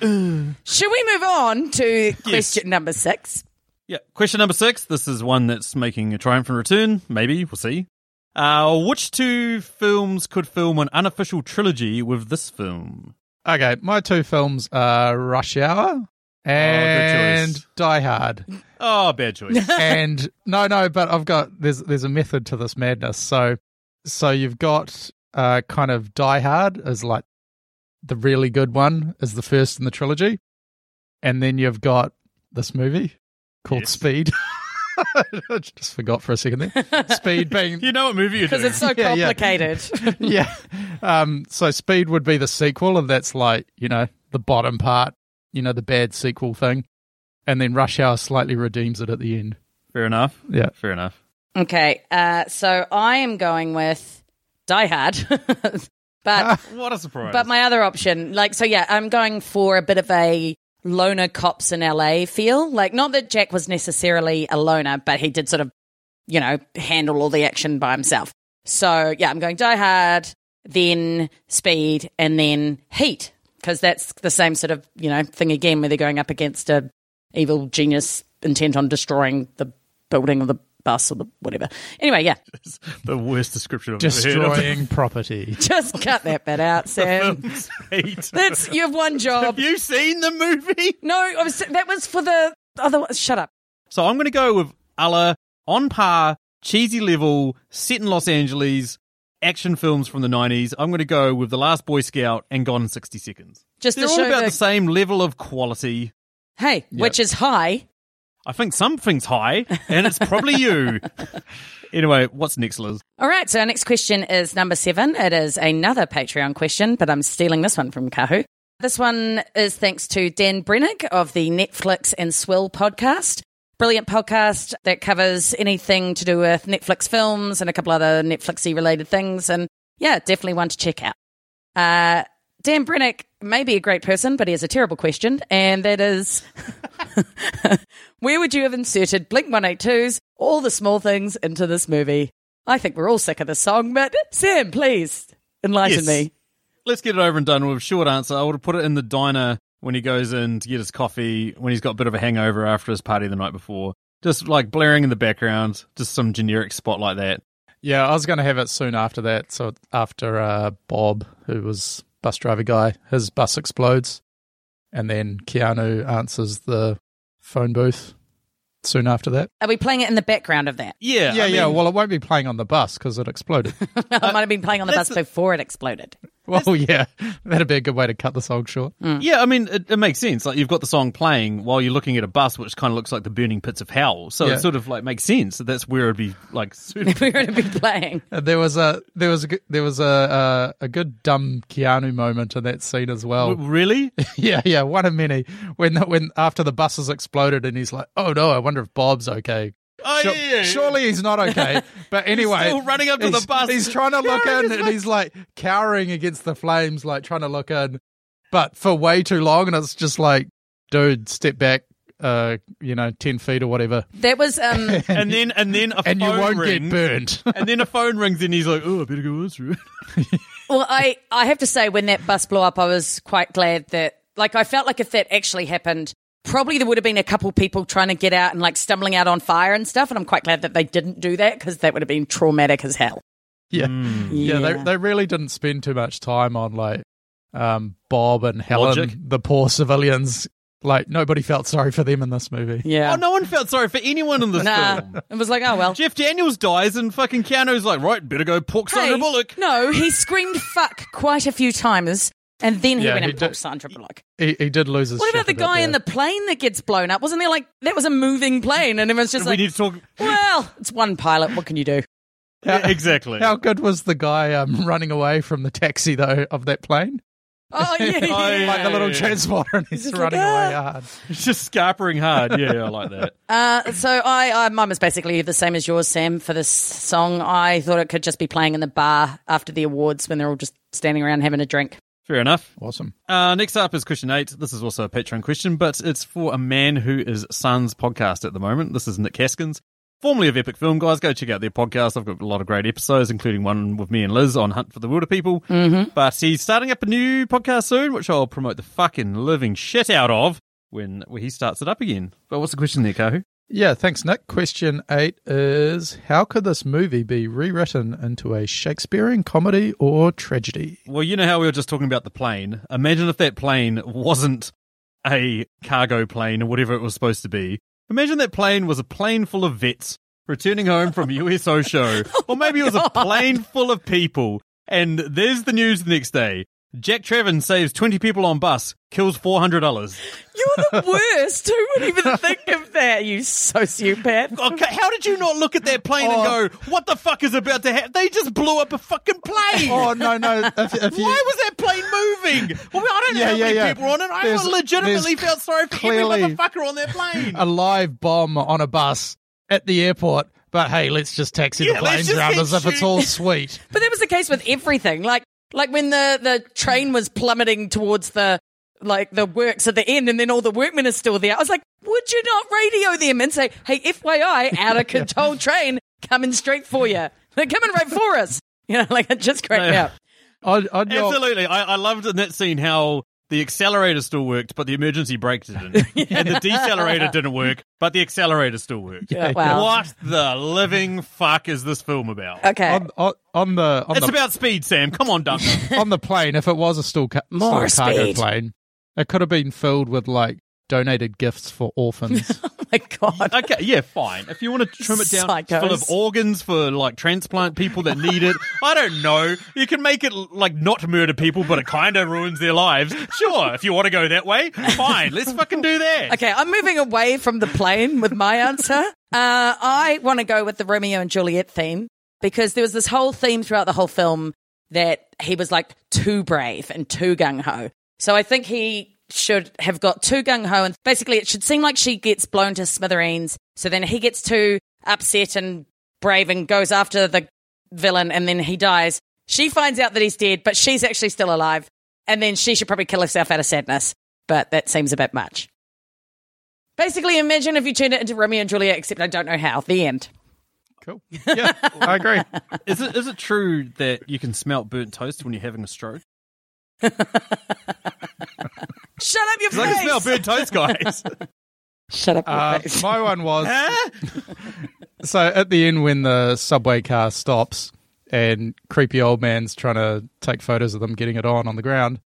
B: Should we move on to question number six?
C: Yeah. Question number six. This is one that's making a triumphant return. Maybe we'll see. Uh, which two films could film an unofficial trilogy with this film?
D: Okay, my two films are Rush Hour and
C: Oh, choice.
D: Die Hard.
C: Oh, bad choice.
D: and no, no, but I've got there's there's a method to this madness. So so you've got uh kind of Die Hard is like the really good one is the first in the trilogy, and then you've got this movie called
C: Yes.
D: Speed. I just forgot for a second there. Speed being
C: you know what movie you're
B: Because
C: doing?
B: it's so
D: Yeah, yeah.
B: complicated.
D: yeah. Um, so Speed would be the sequel, and that's like you know the bottom part, you know the bad sequel thing, and then Rush Hour slightly redeems it at the end.
C: Fair enough.
D: Yeah.
C: Fair enough.
B: Okay, uh, so I am going with Die Hard,
D: Ah.
B: but
C: What a surprise.
B: but my other option, like, so yeah, I'm going for a bit of a loner cops in LA feel. Like, not that Jack was necessarily a loner, but he did sort of, you know, handle all the action by himself. So yeah, I'm going Die Hard, then Speed, and then Heat because that's the same sort of you know thing again where they're going up against a evil genius intent on destroying the building or the bus or the whatever. Anyway, yeah.
C: the worst description I've ever heard.
D: Destroying property.
B: Just cut that bit out, Sam.
C: Destroying.
B: That's you have one job.
C: Have you seen the movie?
B: No, I was, that was for the other. one- Shut up.
C: So I'm going to go with Allah on par, cheesy level, set in Los Angeles, action films from the 90s. I'm going to go with The Last Boy Scout and Gone in 60 Seconds.
B: Just
C: They're
B: to
C: all
B: show
C: about
B: the,
C: the same level of quality.
B: hey, which is high.
C: I think something's high, and it's probably you. anyway, what's next, Liz?
B: All right. So our next question is number seven. It is another Patreon question, but I'm stealing this one from Kahoo. This one is thanks to Dan Brennick of the Netflix and Swill podcast. Brilliant podcast that covers anything to do with Netflix films and a couple other Netflixy related things. And yeah, definitely one to check out. Uh, Dan Brennick may be a great person, but he has a terrible question, and that is where would you have inserted Blink 182's All the Small Things into this movie? I think we're all sick of this song, but Sam, please enlighten
C: Yes.
B: me.
C: Let's get it over and done with. Short answer. I would have put it in the diner when he goes in to get his coffee, when he's got a bit of a hangover after his party the night before. Just like blaring in the background, just some generic spot like that.
D: Yeah, I was going to have it soon after that. So after uh, Bob, who was bus driver guy, his bus explodes, and then Keanu answers the phone booth soon after that.
B: Are we playing it in the background of that?
C: Yeah,
D: Yeah,
C: I
D: yeah.
C: mean,
D: Well, it won't be playing on the bus because it exploded.
B: I might have been playing on the bus
C: that's
B: before it exploded.
D: well, yeah, that'd be a good way to cut the song short.
C: Yeah, I mean, it, it makes sense. Like you've got the song playing while you're looking at a bus, which kind of looks like the burning pits of hell. So
D: Yeah.
C: it sort of like makes sense. that That's where it'd be like. suited.
B: We're going to be playing.
D: And There was a there was a g- there was a uh, a good dumb Keanu moment in that scene as well.
C: really?
D: Yeah, yeah, one of many. When the, when after the bus has exploded and he's like, "Oh no, I wonder if Bob's okay."
C: Oh,
D: Sure-
C: yeah, yeah, yeah.
D: Surely he's not okay. But anyway,
C: still running up to the
D: he's-
C: bus.
D: He's trying to look
C: Cowering
D: in,
C: his
D: and he's like cowering against the flames, like trying to look in, but for way too long. And it's just like, dude, step back, uh, you know, ten feet or whatever,
B: That was um,
C: And then and then a
D: and you
C: phone
D: won't
C: rings,
D: get burned.
C: And then a phone rings, and he's like, "Oh, I better go answer it."
B: Well, I, I have to say, when that bus blew up, I was quite glad that, like, I felt like if that actually happened, probably there would have been a couple people trying to get out and, like, stumbling out on fire and stuff. And I'm quite glad that they didn't do that because that would have been traumatic as hell.
D: yeah.
C: Hmm.
D: yeah,
B: Yeah.
D: They they really didn't spend too much time on like um Bob and Helen,
C: Logic.
D: the poor civilians Like nobody felt sorry for them in this movie.
B: Yeah.
C: Oh, no one felt sorry for anyone in this
B: Nah.
C: film.
B: It was like, oh well.
C: Jeff Daniels dies, and fucking Keanu's like, right, better go pork Sandra
B: Hey,
C: Bullock.
B: No, he screamed fuck quite a few times, and then he
D: Yeah,
B: went
D: he
B: and
D: did-
B: popped Sandra Bullock.
D: He, he did lose his.
B: What about the
D: shit a bit
B: guy in the
D: there.
B: plane that gets blown up? Wasn't there like that was a moving plane, and everyone's just
C: we
B: like,
C: need to talk.
B: well, it's one pilot. What can you do?
C: Yeah, exactly.
D: How good was the guy um, running away from the taxi though of that plane?
B: Oh yeah,
C: Oh, yeah.
D: Like the little
C: yeah.
D: transporter, and he's
B: just like,
D: running away
B: "Ah."
D: hard.
C: It's just scarpering hard. Yeah, I like that.
B: Uh, so I, I, mine was basically the same as yours, Sam. For this song, I thought it could just be playing in the bar after the awards when they're all just standing around having a drink.
C: Fair enough.
D: Awesome.
C: Uh, next up is question eight. This is also a Patreon question, but it's for a man who is Sans podcast at the moment. This is Nick Haskins, formerly of Epic Film Guys. Go check out their podcast. I've got a lot of great episodes, including one with me and Liz on Hunt for the Wilder People. Mm-hmm. But he's starting up a new podcast soon, which I'll promote the fucking living shit out of when, when he starts it up again. But what's the question there, Kahu?
D: Yeah, thanks, Nick. Question eight is How could this movie be rewritten into a Shakespearean comedy or tragedy?
C: Well, you know how we were just talking about the plane. Imagine if that plane wasn't a cargo plane or whatever it was supposed to be. Imagine that plane was a plane full of vets returning home from a USO show. or maybe it was a plane full of people. And there's the news the next day. Jack Trevin saves 20 people on bus, kills $400.
B: You're the worst. Who would even think of that? You sociopath.
C: Okay, how did you not look at that plane and go, what the fuck is about to happen? They just blew up a fucking plane.
D: Oh, no, no. If, if you,
C: Why was that plane moving? Well, I don't know
D: Yeah,
C: how
D: yeah,
C: many
D: yeah.
C: people were on it. I
D: There's-
C: legitimately
D: there's
C: felt sorry for every
D: clearly-
C: motherfucker on that plane.
D: a live bomb on a bus at the airport, but hey, let's just taxi
C: Yeah,
D: the
C: let's
D: planes
C: just
D: around
C: keep
D: as if it's all sweet.
B: But that was the case with everything. Like, like when the the train was plummeting towards the like the works at the end, and then all the workmen are still there. I was like, would you not radio them and say, hey, FYI, out of control train coming straight for you. They're coming right for us. You know, like it just cracked me
C: Yeah.
B: up.
D: I'd, I'd not-
C: Absolutely. I, I loved in that scene how the accelerator still worked, but the emergency brake didn't. And the decelerator didn't work, but the accelerator still worked.
B: Yeah, wow.
C: What the living fuck is this film about?
B: Okay.
D: on, on, on the on
C: it's
D: the,
C: about speed, Sam. Come on, Duncan.
D: on the plane, if it was a still, ca- still
B: More
D: cargo
B: speed.
D: plane, it could have been filled with like donated gifts for orphans.
B: oh my god.
C: okay, yeah, fine. If you want to trim it down, it's full of
B: Psychos.
C: organs for like transplant people that need it. I don't know. You can make it like not murder people, but it kind of ruins their lives. Sure, if you want to go that way, fine. Let's fucking do that.
B: Okay, I'm moving away from the plane with my answer. Uh, I want to go with the Romeo and Juliet theme because there was this whole theme throughout the whole film that he was like too brave and too gung ho. So I think he should have got too gung ho. And basically, it should seem like she gets blown to smithereens. So then he gets too upset and brave and goes after the villain and then he dies. She finds out that he's dead, but she's actually still alive. And then she should probably kill herself out of sadness. But that seems a bit much. Basically, imagine if you turned it into Romeo and Juliet, except I don't know how. The end.
D: cool. Yeah, I agree.
C: Is it is it true that you can smell burnt toast when you're having a stroke?
B: Shut up your
C: 'Cause I can smell
B: face.
C: burnt toast, guys.
B: Shut up your
D: Uh,
B: face.
D: my one was. so at the end when the subway car stops and creepy old man's trying to take photos of them getting it on on the ground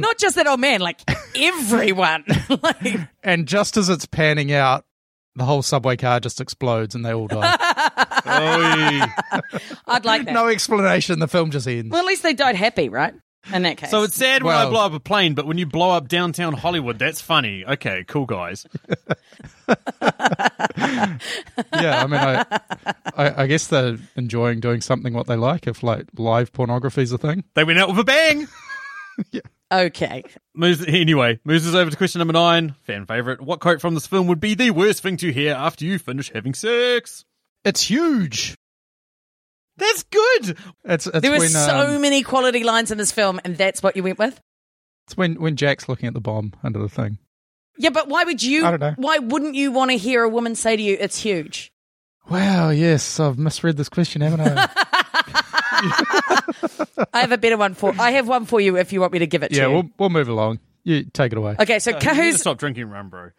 B: Not just that old man, like everyone. like,
D: and just as it's panning out the whole subway car just explodes and they all die
B: I'd like that.
D: no explanation the film just ends
B: Well, at least they died happy, right? In that case.
C: so it's sad when I
D: Well-
C: blow up a plane, but when you blow up downtown Hollywood, that's funny. Okay, cool guys.
D: yeah i mean I, I i guess they're enjoying doing something what they like if like live pornography's a thing
C: They went out with a bang.
B: okay.
C: Moves anyway. Moves us over to question number nine, fan favorite. What quote from this film would be the worst thing to hear after you finish having sex?
D: it's huge
C: That's good.
D: it's, it's
B: There were
D: when
B: so
D: um,
B: many quality lines in this film, and that's what you went with?
D: it's when when jack's looking at the bomb under the thing
B: Yeah, but why would you?
D: I don't know.
B: Why wouldn't you want to hear a woman say to you, it's huge?
D: wow yes i've misread this question haven't i
B: I have a better one for I have one for you if you want me to give it
D: Yeah,
B: to you.
D: we'll, we'll move along. You take it away.
B: okay, so
C: You need to
B: Kahoo's
C: stop drinking rum, bro.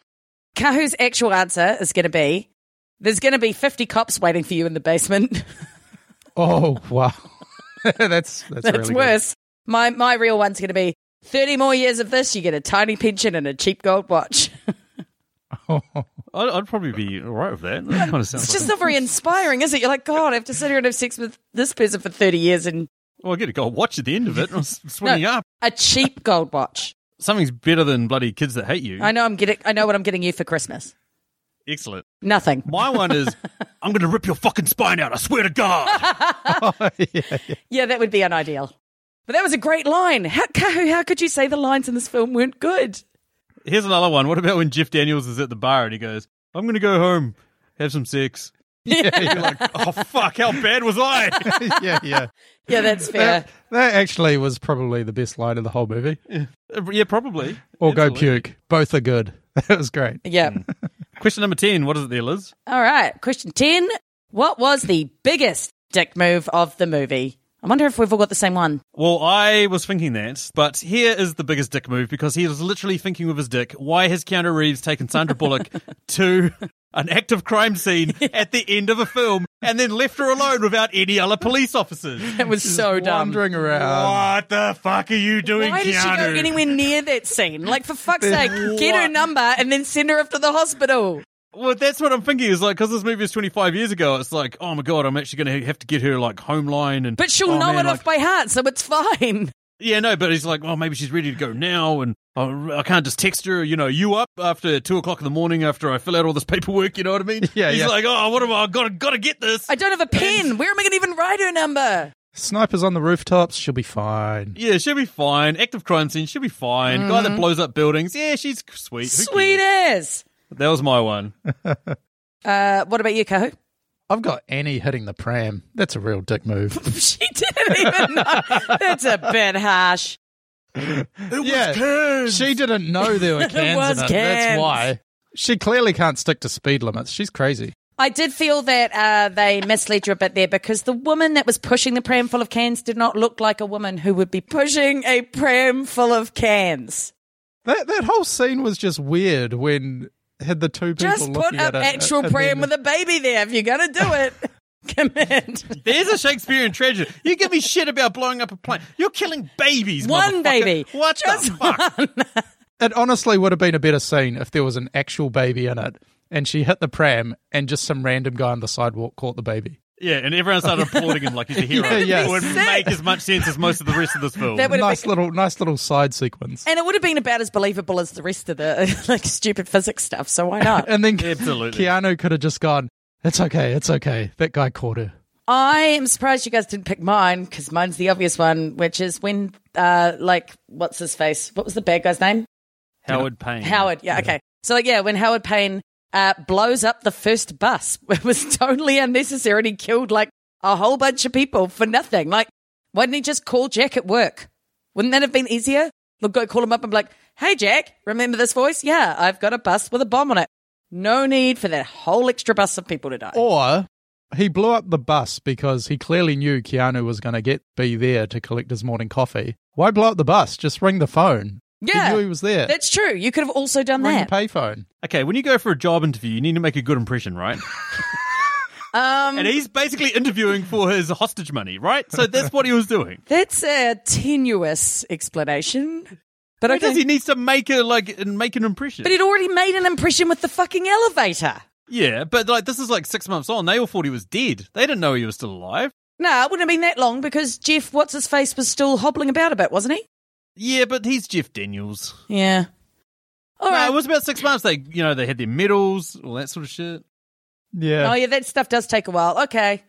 B: Kahu's actual answer is going to be there's going to be 50 cops waiting for you in the basement.
D: Oh wow, that's that's,
B: That's
D: really good.
B: worse. My my real one's going to be 30 more years of this, you get a tiny pension and a cheap gold watch.
C: I'd, I'd probably be all right with that. That kind of sounds
B: It's
C: like-
B: just not very inspiring, is it? You're like, God, I have to sit here and have sex with this person for 30 years and
C: well, I get a gold watch at the end of it. I'm swinging up.
B: a cheap gold watch.
C: Something's better than bloody kids that hate you.
B: I know I'm getting, I know what I'm getting you for Christmas.
C: Excellent.
B: Nothing.
C: My one is I'm going to rip your fucking spine out. I swear to God.
B: Yeah, that would be unideal. But that was a great line. How, Kahu, how could you say the lines in this film weren't good?
C: Here's another one. What about when Jeff Daniels is at the bar and he goes, "I'm going to go home, have some sex." Oh fuck! How bad was I?
D: yeah, yeah.
B: Yeah, that's fair.
D: That, that actually was probably the best line of the whole movie.
C: yeah, probably.
D: Or go
C: Absolutely.
D: puke. Both are good. That was great.
B: Yeah.
C: Question number ten. What is it there, Liz?
B: All right. Question 10. What was the biggest dick move of the movie? I wonder if we've all got the same one.
C: Well, I was thinking that, but here is the biggest dick move because he was literally thinking with his dick. Why has Keanu Reeves taken Sandra Bullock to an active crime scene at the end of a film and then left her alone without any other police officers?
B: It was so dumb.
D: Wandering around.
C: What the fuck are you doing,
B: Why did she go
C: Keanu?
B: anywhere near that scene? Like, for fuck's sake, get her number and then send her off to the hospital.
C: Well, that's what I'm thinking. Is like because this movie is 25 years ago. It's like, oh my god, I'm actually going to have to get her like home line and.
B: But she'll
C: oh,
B: know
C: man,
B: it
C: like-
B: off by heart, so it's fine.
C: Yeah, no, but he's like, well, maybe she's ready to go now, and oh, I can't just text her. You know, you up after two o'clock in the morning after I fill out all this paperwork. You know what I mean?
D: Yeah,
C: He's
D: yeah.
C: like, oh, what am I? I gotta gotta get this.
B: I don't have a pen. Where am I going to even write her number?
D: Snipers on the rooftops. She'll be fine.
C: yeah, she'll be fine. Active crime scene, she'll be fine. Guy that blows up buildings, yeah, she's sweet. Who
B: Mm-hmm. Sweet
C: cares?
B: as.
C: That was my one.
B: Uh, what about you, Kahu?
D: I've got Annie hitting the pram. That's a real dick move.
B: She didn't even know. That's a bit harsh.
D: yeah, she didn't know there were cans
B: was
D: in it.
B: cans.
D: That's why she clearly can't stick to speed limits. She's crazy.
B: I did feel that uh, they misled you a bit there because the woman that was pushing the pram full of cans did not look like a woman who would be pushing a pram full of cans.
D: That that whole scene was just weird. When had the two people
B: Just put
D: looking
B: up
D: at it,
B: actual
D: and
B: pram
D: then-
B: with a baby there if you're going to do it. Command.
C: There's a Shakespearean treasure. You give me shit about blowing up a plane. You're killing babies.
B: One
C: motherfucker.
B: baby.
C: What
B: Just
C: the fuck?
D: It honestly would have been a better scene if there was an actual baby in it, and she hit the pram, and just some random guy on the sidewalk caught the baby.
C: Yeah, and everyone started applauding him like he's a hero.
D: Yeah, yeah.
C: It would make as much sense as most of the rest of this film.
B: That would have
D: Nice little, nice little side sequence.
B: And it would have been about as believable as the rest of the like stupid physics stuff, so why not?
D: And then
C: Absolutely.
D: Keanu could have just gone, "It's okay, it's okay." That guy caught her.
B: I am surprised you guys didn't pick mine because mine's the obvious one, which is when, uh, like, what's his face? What was the bad guy's name?
C: Howard Payne.
B: Howard. Yeah, okay. So, like, yeah, when Howard Payne uh, blows up the first bus, it was totally unnecessary. And he killed like a whole bunch of people for nothing. Like, why didn't he just call Jack at work? Wouldn't that have been easier? Look, go call him up and be like, "Hey, Jack, remember this voice? Yeah, I've got a bus with a bomb on it. No need for that whole extra bus of people to die."
D: Or he blew up the bus because he clearly knew Keanu was going to get be there to collect his morning coffee. Why blow up the bus? Just ring the phone.
B: Yeah.
D: he knew he was there.
B: That's true. You could have also done
D: ring
B: that.
D: the payphone.
C: Okay, when you go for a job interview, you need to make a good impression, right?
B: Um,
C: and he's basically interviewing for his hostage money, right? So that's what he was doing.
B: That's a tenuous explanation. But
C: Because
B: okay.
C: he needs to make a like and make an impression.
B: but he'd already made an impression with the fucking elevator.
C: yeah, but like this is like six months on. They all thought he was dead. They didn't know he was still alive.
B: No, it wouldn't have been that long because Jeff, what's his face, was still hobbling about a bit, wasn't he?
C: Yeah, but he's Jeff Daniels.
B: Yeah. All
C: No,
B: right.
C: it was about six months. They you know, they had their medals, all that sort of shit.
D: Yeah.
B: oh yeah, that stuff does take a while. Okay.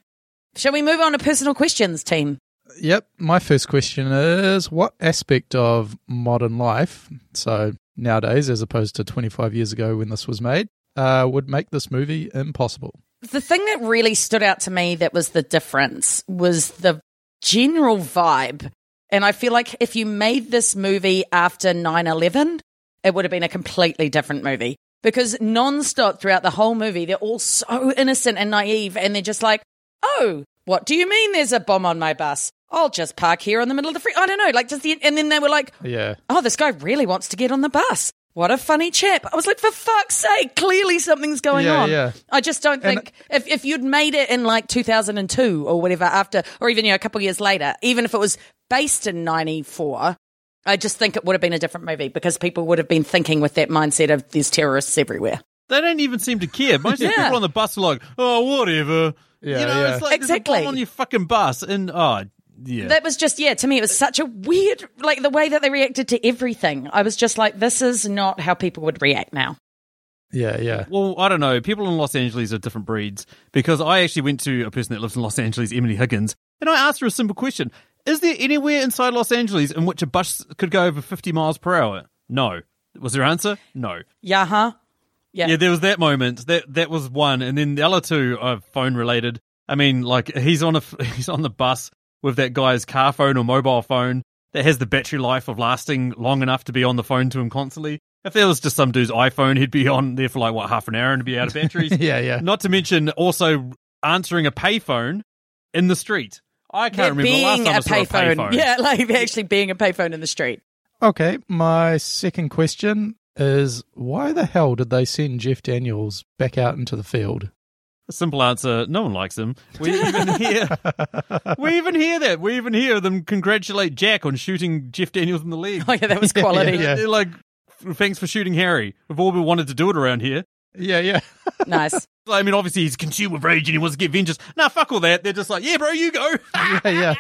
B: Shall we move on to personal questions, team?
D: Yep. My first question is what aspect of modern life, so nowadays as opposed to 25 years ago when this was made, uh, would make this movie impossible?
B: The thing that really stood out to me that was the difference was the general vibe. And I feel like if you made this movie after 9 11, it would have been a completely different movie because nonstop throughout the whole movie, they're all so innocent and naive. And they're just like, oh, what do you mean there's a bomb on my bus? I'll just park here in the middle of the free. I don't know. Like, just the. And then they were like,
D: Yeah.
B: oh, this guy really wants to get on the bus. What a funny chap. I was like, for fuck's sake, clearly something's going
D: Yeah,
B: on.
D: yeah.
B: I just don't
D: And-
B: think if, if you'd made it in like 2002 or whatever after, or even, you know, a couple of years later, even if it was based in 94, I just think it would have been a different movie because people would have been thinking with that mindset of there's terrorists everywhere.
C: They don't even seem to care. Most of the
B: Yeah.
C: people on the bus are like, oh, whatever.
D: Yeah,
C: you know,
D: yeah.
C: it's like
B: Exactly.
C: there's a bomb on your fucking bus. And, oh, yeah.
B: That was just, yeah, to me, it was such a weird, like the way that they reacted to everything. I was just like, this is not how people would react now.
D: Yeah, yeah.
C: well, I don't know. People in Los Angeles are different breeds because I actually went to a person that lives in Los Angeles, Emily Higgins, and I asked her a simple question Is there anywhere inside Los Angeles in which a bus could go over 50 miles per hour? No. Was her answer? No.
B: Yeah, huh?
C: Yeah, there was that moment. That that was one, and then the other two are phone related. I mean, like he's on a f- he's on the bus with that guy's car phone or mobile phone that has the battery life of lasting long enough to be on the phone to him constantly. If there was just some dude's iPhone, he'd be on there for like what half an hour and be out of batteries.
D: Yeah, yeah.
C: Not to mention also answering a payphone in the street. I
B: There
C: can't remember the last time I saw a payphone.
B: Yeah, like actually being a payphone in the street.
D: Okay, my second question is why the hell did they send Jeff Daniels back out into the field?
C: Simple answer: No one likes him. We even hear, we even hear that. We even hear them congratulate Jack on shooting Jeff Daniels in the leg.
B: Oh, yeah, that was quality.
D: yeah.
C: They're like, thanks for shooting Harry. We've all been wanted to do it around here.
D: Yeah, yeah.
B: Nice.
C: I mean, obviously he's consumed with rage and he wants to get vengeance. Nah, fuck all that. They're just like, yeah, bro, you go,
D: yeah,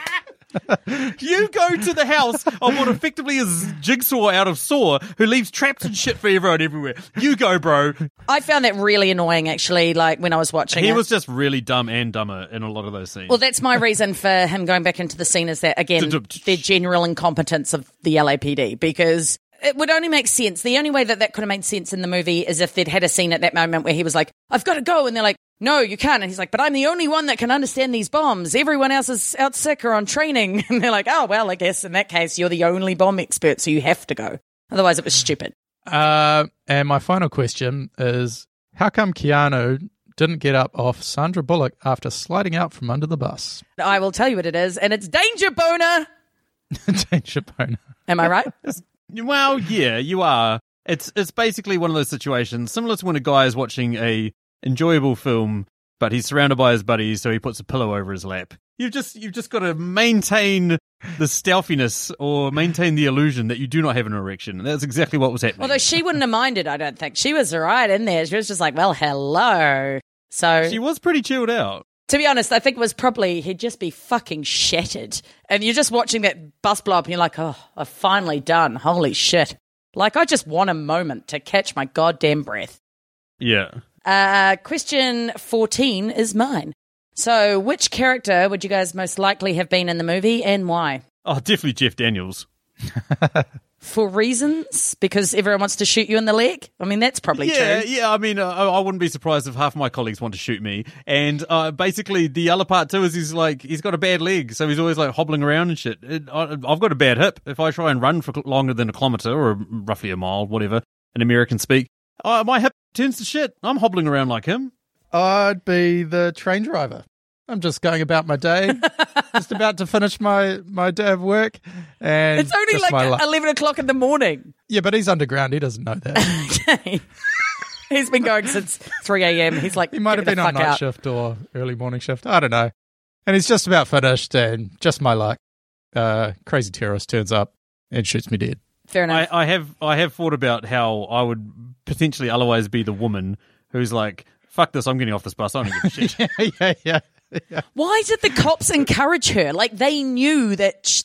C: you go to the house of what effectively is Jigsaw out of Saw, who leaves traps and shit for everyone everywhere. You go, bro.
B: I found that really annoying, actually, like when I was watching
C: He
B: it.
C: was just really dumb and dumber in a lot of those scenes.
B: well, that's my reason for him going back into the scene is that, again, their general incompetence of the LAPD, because it would only make sense. The only way that that could have made sense in the movie is if they'd had a scene at that moment where he was like, I've got to go. And they're like, no, you can't. And he's like, but I'm the only one that can understand these bombs. Everyone else is out sick or on training. And they're like, oh, well, I guess in that case, you're the only bomb expert, so you have to go. Otherwise, it was stupid.
D: Uh, and my final question is how come Keanu didn't get up off Sandra Bullock after sliding out from under the bus?
B: I will tell you what it is, and it's danger boner.
D: Jane Chapone.
B: Am I right?
C: Well, yeah, you are. It's it's basically one of those situations similar to when a guy is watching a enjoyable film, but he's surrounded by his buddies, so he puts a pillow over his lap. You've just you've just got to maintain the stealthiness or maintain the illusion that you do not have an erection. And That's exactly what was happening.
B: Although she wouldn't have minded, I don't think. She was all right in there. She was just like, well, hello. So,
C: she was pretty chilled out.
B: to be honest, I think it was probably he'd just be fucking shattered. And you're just watching that bus blow up and you're like, oh, I've finally done. Holy shit. Like, I just want a moment to catch my goddamn breath.
C: Yeah.
B: Uh, question 14 is mine. So, which character would you guys most likely have been in the movie and why?
C: Oh, definitely Jeff Daniels.
B: For reasons? Because everyone wants to shoot you in the leg? I mean, that's probably
C: yeah,
B: true.
C: yeah. I mean, uh, I I wouldn't be surprised if half my colleagues want to shoot me. And uh, basically, the other part too is he's like he's got a bad leg, so he's always like hobbling around and shit. It, I, I've got a bad hip. If I try and run for longer than a kilometer or roughly a mile, whatever in American speak, uh, my hip turns to shit. I'm hobbling around like him.
D: I'd be the train driver. I'm just going about my day, just about to finish my, my day of work. And
B: It's only
D: just my
B: like
D: li-
B: 11 o'clock in the morning.
D: yeah, but he's underground. He doesn't know that.
B: Okay. He's been going since 3 a.m. He's like,
D: He might have been on night shift or early morning shift. I don't know. And he's just about finished, and just my luck, uh, crazy terrorist turns up and shoots me dead.
B: Fair enough.
C: I, I have I have thought about how I would potentially otherwise be the woman who's like, "Fuck this! I'm getting off this bus. I don't give a shit."
D: yeah, yeah, yeah.
B: Why did the cops encourage her? Like, they knew that sh-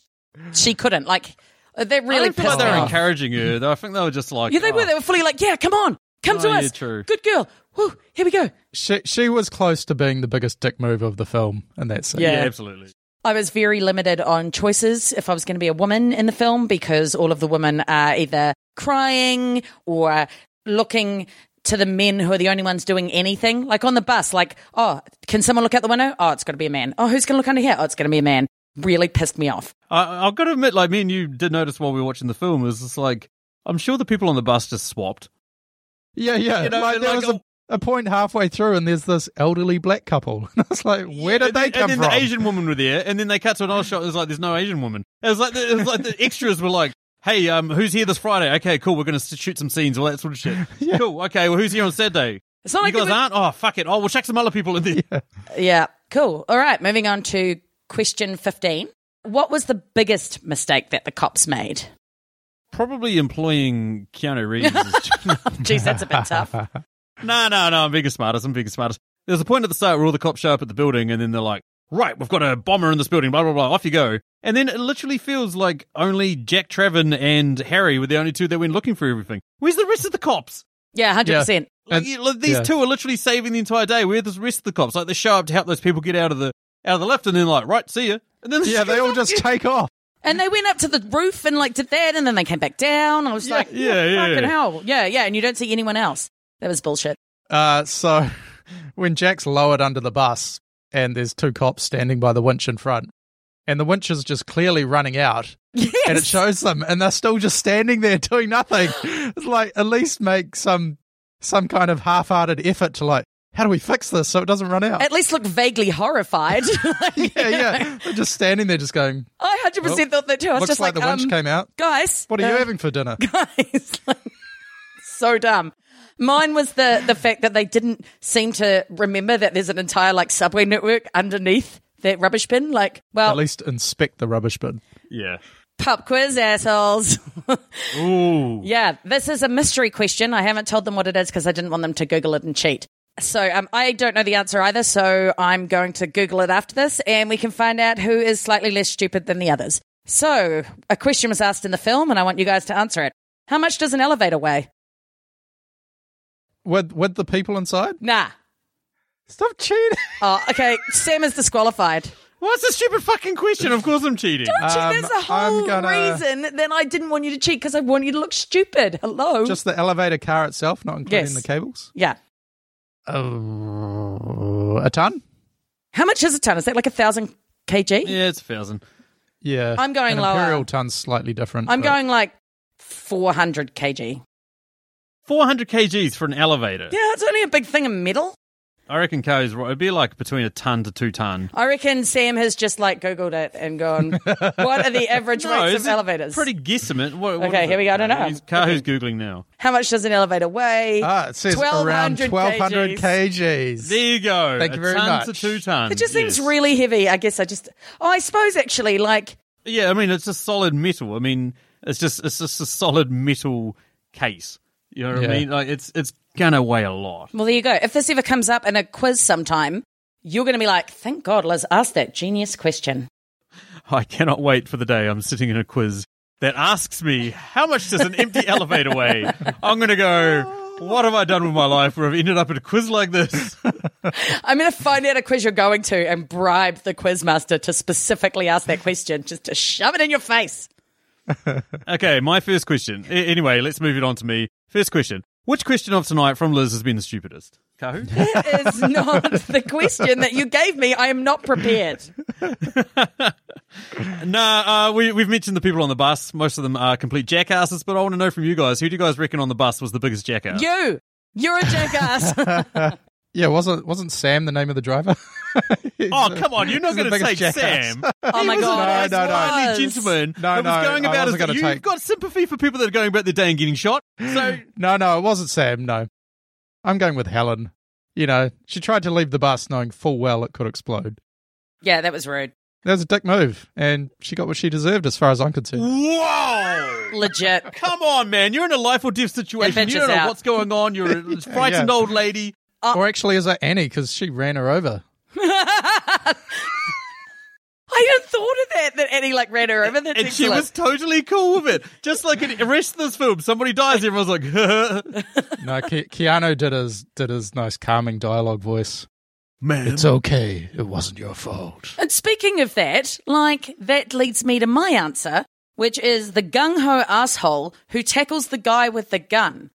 B: she couldn't. Like, that
C: I
B: really
C: don't feel like
B: pissed
C: they
B: me
C: were
B: off.
C: encouraging her. though. I think they were just like,
B: Yeah, they
C: "Oh,
B: were. They were fully like, yeah, come on. Come to
C: Oh, yeah,
B: us.
C: true.
B: Good girl. Woo, here we go.
D: She she was close to being the biggest dick move of the film, and that's it.
B: Yeah.
C: yeah, absolutely."
B: I was very limited on choices if I was going to be a woman in the film because all of the women are either crying or looking to the men who are the only ones doing anything. Like on the bus, like, oh, can someone look out the window? Oh, it's got to be a man. Oh, who's going to look under here? Oh, it's going to be a man. Really pissed me off.
C: I, I've got to admit, like me and you did notice while we were watching the film, is it's like I'm sure the people on the bus just swapped.
D: yeah, yeah.
C: You know,
D: like,
C: and
D: there
C: like
D: was a, a point halfway through, and there's this elderly black couple. I was like, where did
C: and then,
D: they come
C: and then
D: from?
C: the Asian woman were there, and then they cut to another shot. And it's like there's no Asian woman. It was like the, it was like the extras were like, "Hey, um, who's here this Friday? Okay, cool. We're gonna s- shoot some scenes, all that sort of shit. Cool. Okay, well, who's here on Saturday?
B: It's not
C: you
B: like they
C: guys
B: were-
C: aren't. Oh, fuck it. Oh, we'll check some other people in there.
B: Yeah, cool. All right, moving on to question 15. What was the biggest mistake that the cops made?
C: probably employing Keanu Reeves. is-
B: Jeez, that's a bit tough.
C: no, no, no. I'm being a smartass. I'm being a smartass. There's a point at the start where all the cops show up at the building, and then they're like, "Right, we've got a bomber in this building." Blah blah blah. Off you go. And then it literally feels like only Jack Travin and Harry were the only two that went looking for everything. Where's the rest of the cops?
B: Yeah, hundred percent.
C: Like,
D: And-
C: you- like, these
D: yeah.
C: two are literally saving the entire day. Where's the rest of the cops? Like they show up to help those people get out of the out of the lift, and then like, right, see ya. And then
D: yeah, they all just take off.
B: And they went up to the roof and like did that, and then they came back down. I was like,
C: yeah, yeah,
B: fucking
C: yeah.
B: hell, yeah, yeah. And you don't see anyone else. That was bullshit.
D: Uh, so when Jack's lowered under the bus and there's two cops standing by the winch in front, and the winch is just clearly running out,
B: Yes.
D: and it shows them, and they're still just standing there doing nothing. It's like at least make some some kind of half-hearted effort to like, how do we fix this so it doesn't run out?
B: At least look vaguely horrified.
D: yeah, yeah. They're just standing there, just going.
B: I hundred percent thought that too. I was
D: Looks
B: just
D: like,
B: like,
D: the winch
B: um,
D: came out.
B: guys,
D: What are you
B: uh,
D: having for dinner?
B: guys. Like, so dumb. Mine was the the fact that they didn't seem to remember that there's an entire like subway network underneath that rubbish bin. Like, well,
D: At least inspect the rubbish bin.
C: yeah.
B: pop quiz assholes.
C: Ooh.
B: yeah, this is a mystery question. I haven't told them what it is because I didn't want them to Google it and cheat. So um, I don't know the answer either. So I'm going to Google it after this, and we can find out who is slightly less stupid than the others. So a question was asked in the film, and I want you guys to answer it. How much does an elevator weigh?
D: With with the people inside.
B: Nah.
D: Stop cheating.
B: Oh, okay. Sam is disqualified.
C: What's a stupid fucking question? Of course I'm cheating.
B: Gee,
D: Um,
B: there's a
D: I'm
B: whole
D: gonna-
B: reason that I didn't want you to cheat because I want you to look stupid. Hello.
D: Just the elevator car itself, not including
B: Yes.
D: the cables.
B: yeah.
D: Oh, a ton.
B: How much is a ton? Is that like a thousand kg?
C: yeah, it's a thousand.
D: Yeah,
B: I'm going
D: An
B: lower.
D: Imperial ton's slightly different.
B: I'm
D: but-
B: going like 400 kg.
C: 400 kgs for an elevator.
B: Yeah, it's only a big thing of metal.
C: I reckon Carrie's right. It'd be like between a ton to two ton.
B: I reckon Sam has just like Googled it and gone, what are the average rates of elevators?
C: Pretty guesstimate. What, what
B: Okay,
C: is
B: here
C: it?
B: we go. I don't know.
C: He's- Carrie's googling now.
B: How much does an elevator weigh?
D: Ah, it says around 1200 kgs.
C: There you go.
D: Thank
C: a
D: you very
C: ton
D: much.
C: to two ton.
B: It just seems
C: Yes.
B: really heavy. I guess I just, oh, I suppose actually, like,
C: Yeah, I mean, it's just solid metal. I mean, it's just it's just a solid metal case. You know what
D: Yeah.
C: I mean? Like it's it's gonna weigh a lot.
B: Well, there you go. If this ever comes up in a quiz sometime, you're going to be like, thank God Liz asked that genius question.
C: I cannot wait for the day I'm sitting in a quiz that asks me how much does an empty elevator weigh. I'm gonna go. What have I done with my life where I've ended up at a quiz like this?
B: I'm going to find out a quiz you're going to and bribe the quiz master to specifically ask that question, just to shove it in your face.
C: Okay, my first question. A- anyway, let's move it on to me. First question. Which question of tonight from Liz has been the stupidest? Kahu?
B: It is not the question that you gave me. I am not prepared.
C: nah, uh, we, we've mentioned the people on the bus. Most of them are complete jackasses, but I want to know from you guys who do you guys reckon on the bus was the biggest jackass?
B: You, you're a jackass.
D: Yeah, wasn't wasn't Sam the name of the driver?
C: Oh, come on. You're not
D: He's uh, the
C: going to say
D: biggest jackass.
C: Sam.
B: Oh my
C: He was
B: God.
C: a nice,
D: No, no, no.
C: kindly
B: Was.
C: gentleman.
D: No,
C: that was
D: no,
C: going
D: I
C: about
D: wasn't
C: his,
D: gonna
C: You've
D: take-
C: got sympathy for people that are going about their day and getting shot. So,
D: No, no, it wasn't Sam. No, I'm going with Helen. You know, she tried to leave the bus knowing full well it could explode.
B: Yeah, that was rude.
D: That was a dick move, and she got what she deserved, as far as I'm concerned.
C: whoa.
B: Legit.
C: Come on, man. You're in a life or death situation.
B: bitch
C: You
B: is
C: don't know
B: out.
C: what's going on. You're a frightened
D: yeah.
C: old lady.
D: Or actually, is that Annie? Because she ran her over.
B: I hadn't thought of that, that Annie like ran her over. That's
C: and she
B: excellent.
C: was totally cool with it. Just like in the rest of this film, somebody dies, everyone's like,
D: No, Ke- Keanu did his did his nice calming dialogue voice.
C: man.
D: okay. It wasn't your fault.
B: And speaking of that, like, that leads me to my answer, which is the gung ho asshole who tackles the guy with the gun.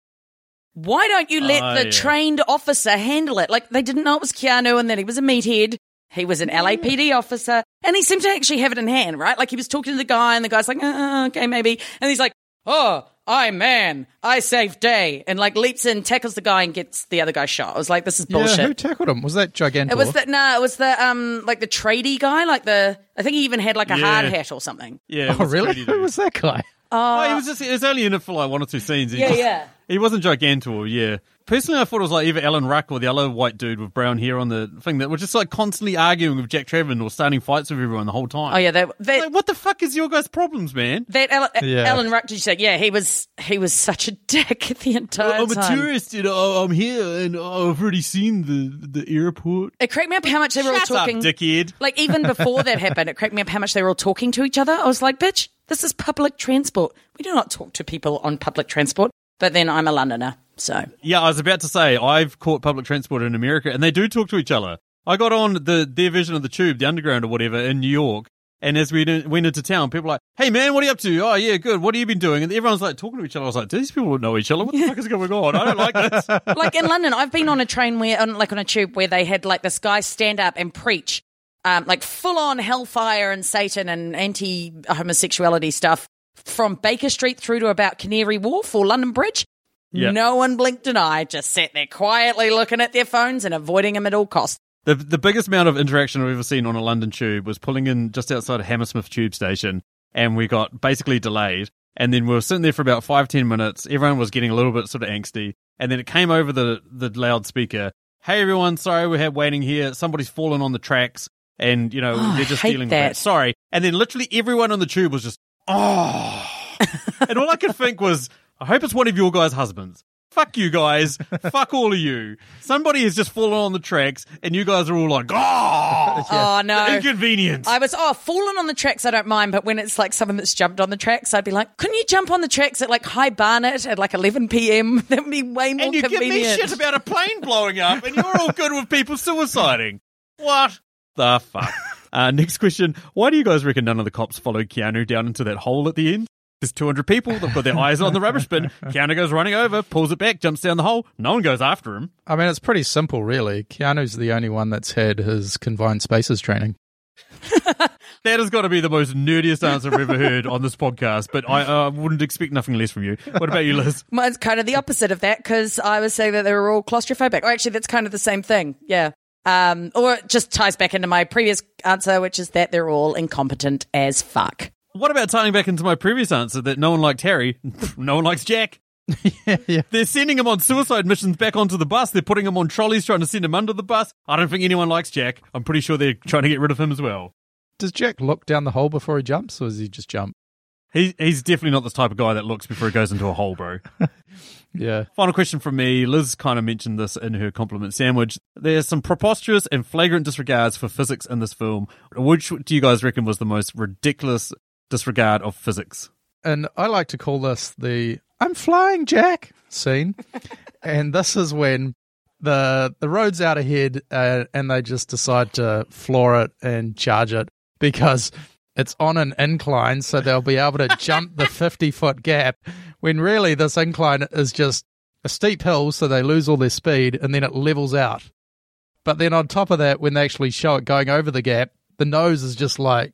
B: Why don't you let
D: Oh,
C: Ah,
B: the
C: yeah.
B: trained officer handle it? Like, they didn't know it was Keanu and that he was a meathead. He was an LAPD officer and he seemed to actually have it in hand, right? Like, he was talking to the guy and the guy's like, uh, okay, maybe. And he's like, oh, I man, I save day. And like, leaps in, tackles the guy and gets the other guy shot. I was like, this is bullshit.
D: Yeah, who tackled him? Was that Gigantor?
B: It was the no, it was the um like the tradie guy, like the I think he even had like a hard
C: Yeah.
B: hat or something.
C: Yeah. it
D: Oh,
C: was
D: really?
C: pretty
D: Who
C: good.
D: was that guy?
C: Oh, he was just, he was only in it for like one or two scenes. He
B: Yeah,
C: just-
B: yeah.
C: He wasn't Gigantor, yeah. Personally, I thought it was like either Alan Ruck or the other white dude with brown hair on the thing that was just like constantly arguing with Jack Trevin or starting fights with everyone the whole time.
B: Oh yeah, that that,
C: Like, what the fuck is your guys' problems, man?
B: that Alan,
D: Yeah.
B: Alan Ruck. Did you say? Yeah, he was he was such a dick the entire time.
C: tourist and oh, I'm here and oh, I've already seen the, the airport.
B: It cracked me up how much they were all
C: Shut
B: talking.
C: up, dickhead.
B: Like even before that happened, it cracked me up how much they were all talking to each other. I was like, bitch, this is public transport. We do not talk to people on public transport. But then I'm a Londoner, so
C: Yeah, I was about to say I've caught public transport in America, and they do talk to each other. I got on the their version of the tube, the underground or whatever, in New York. And as we d- went into town, people were like, "Hey man, what are you up to? Oh yeah, good. What have you been doing?" And everyone's like talking to each other. I was like, "Do these people know each other? What the fuck is going on? I don't like this."
B: like in London, I've been on a train where, on, like on a tube where they had like this guy stand up and preach, um, like full on hellfire and Satan and anti homosexuality stuff from Baker Street through to about Canary Wharf or London Bridge.
C: Yeah.
B: No one blinked an eye, just sat there quietly looking at their phones and avoiding him at all costs.
C: The the biggest amount of interaction I've ever seen on a London tube was pulling in just outside Hammersmith tube station, and we got basically delayed. And then we were sitting there for about five ten minutes. Everyone was getting a little bit sort of angsty, and then it came over the the loudspeaker. Hey everyone, sorry we had waiting here. Somebody's fallen on the tracks, and you know
B: Oh,
C: they're just
B: I hate
C: dealing
B: that.
C: with it. Sorry. And then literally everyone on the tube was just oh, and all I could think was, I hope it's one of your guys' husbands. Fuck you guys. Fuck all of you. Somebody has just fallen on the tracks, and you guys are all like, oh,
B: Oh no.
C: inconvenience.
B: I was oh falling on the tracks. I don't mind, but when it's like someone that's jumped on the tracks, I'd be like, couldn't you jump on the tracks at like High Barnet at like 11 p.m.? That would be way more
C: and you give
B: convenient.
C: me shit about a plane blowing up, and you're all good with people suiciding. What the fuck? Uh, next question. Why do you guys reckon none of the cops followed Keanu down into that hole at the end? There's 200 people. They've got their eyes on the rubbish bin. Keanu goes running over, pulls it back, jumps down the hole. No one goes after him.
D: I mean, it's pretty simple, really. Keanu's the only one that's had his confined spaces training.
C: That has got to be the most nerdiest answer I've ever heard on this podcast, but I uh, wouldn't expect nothing less from you. What about you, Liz?
B: Mine's kind of the opposite of that because I was saying that they were all claustrophobic. Or actually, that's kind of the same thing. Yeah. Um, or it just ties back into my previous answer, which is that they're all incompetent as fuck.
C: What about tying back into my previous answer that no one liked Harry, no one likes Jack?
D: yeah.
C: They're sending him on suicide missions back onto the bus. They're putting him on trolleys, trying to send him under the bus. I don't think anyone likes Jack. I'm pretty sure they're trying to get rid of him as well.
D: Does Jack look down the hole before he jumps, or does he just jump?
C: He, he's definitely not the type of guy that looks before he goes into a hole, bro.
D: Yeah.
C: Final question from me. Liz kind of mentioned this in her compliment sandwich. There's some preposterous and flagrant disregards for physics in this film. Which do you guys reckon was the most ridiculous disregard of physics?
D: And I like to call this the I'm flying Jack scene. and this is when the the road's out ahead uh, and they just decide to floor it and charge it because it's on an incline so they'll be able to jump the 50 foot gap when really this incline is just a steep hill so they lose all their speed and then it levels out but then on top of that when they actually show it going over the gap the nose is just like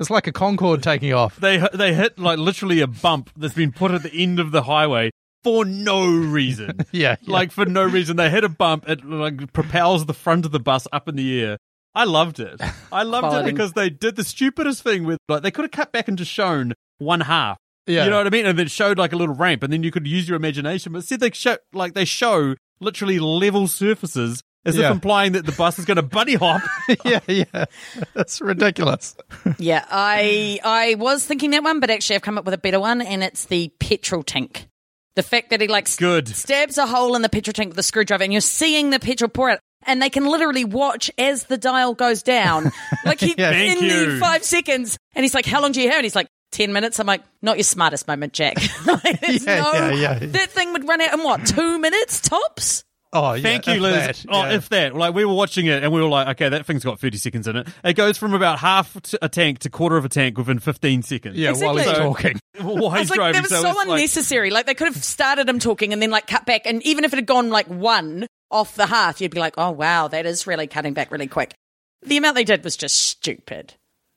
D: it's like a concorde taking off
C: They they hit like literally a bump that's been put at the end of the highway for no reason.
D: yeah, yeah.
C: Like for no reason, they hit a bump. It like propels the front of the bus up in the air. I loved it. I loved it
B: Quality.
C: because they did the stupidest thing with like they could have cut back and just shown one half.
D: Yeah.
C: You know what I mean? And it showed like a little ramp, and then you could use your imagination. But instead, they show like they show literally level surfaces as
D: Yeah.
C: if implying that the bus is going to bunny hop.
D: yeah, yeah. That's ridiculous.
B: Yeah, I I was thinking that one, but actually I've come up with a better one, and it's the petrol tank. The fact that he like st-
C: Good.
B: stabs a hole in the petrol tank with a screwdriver, and you're seeing the petrol pour out, and they can literally watch as the dial goes down. Like he
C: Thank
B: in the
C: you.
B: five seconds, and he's like, "How long do you have?" And he's like, 10 minutes." I'm like, "Not your smartest moment, Jack." Like, there's
D: Yeah,
B: no-
D: yeah, yeah.
B: That thing would run out in what two minutes tops.
D: Oh, yeah.
C: Thank you,
D: if
C: Liz.
D: that,
C: oh,
D: yeah.
C: if that. Like, we were watching it and we were like, okay, that thing's got 30 seconds in it. It goes from about half to a tank to quarter of a tank within 15 seconds.
D: yeah, while he's
B: Exactly.
D: talking.
C: Why
B: I
C: he's
B: was like,
C: driving.
B: that was
C: so
B: so,
C: it's like-
B: unnecessary. Like, they could have started him talking and then like cut back. And even if it had gone like one off the half, you'd be like, oh wow, that is really cutting back really quick. The amount they did was just stupid.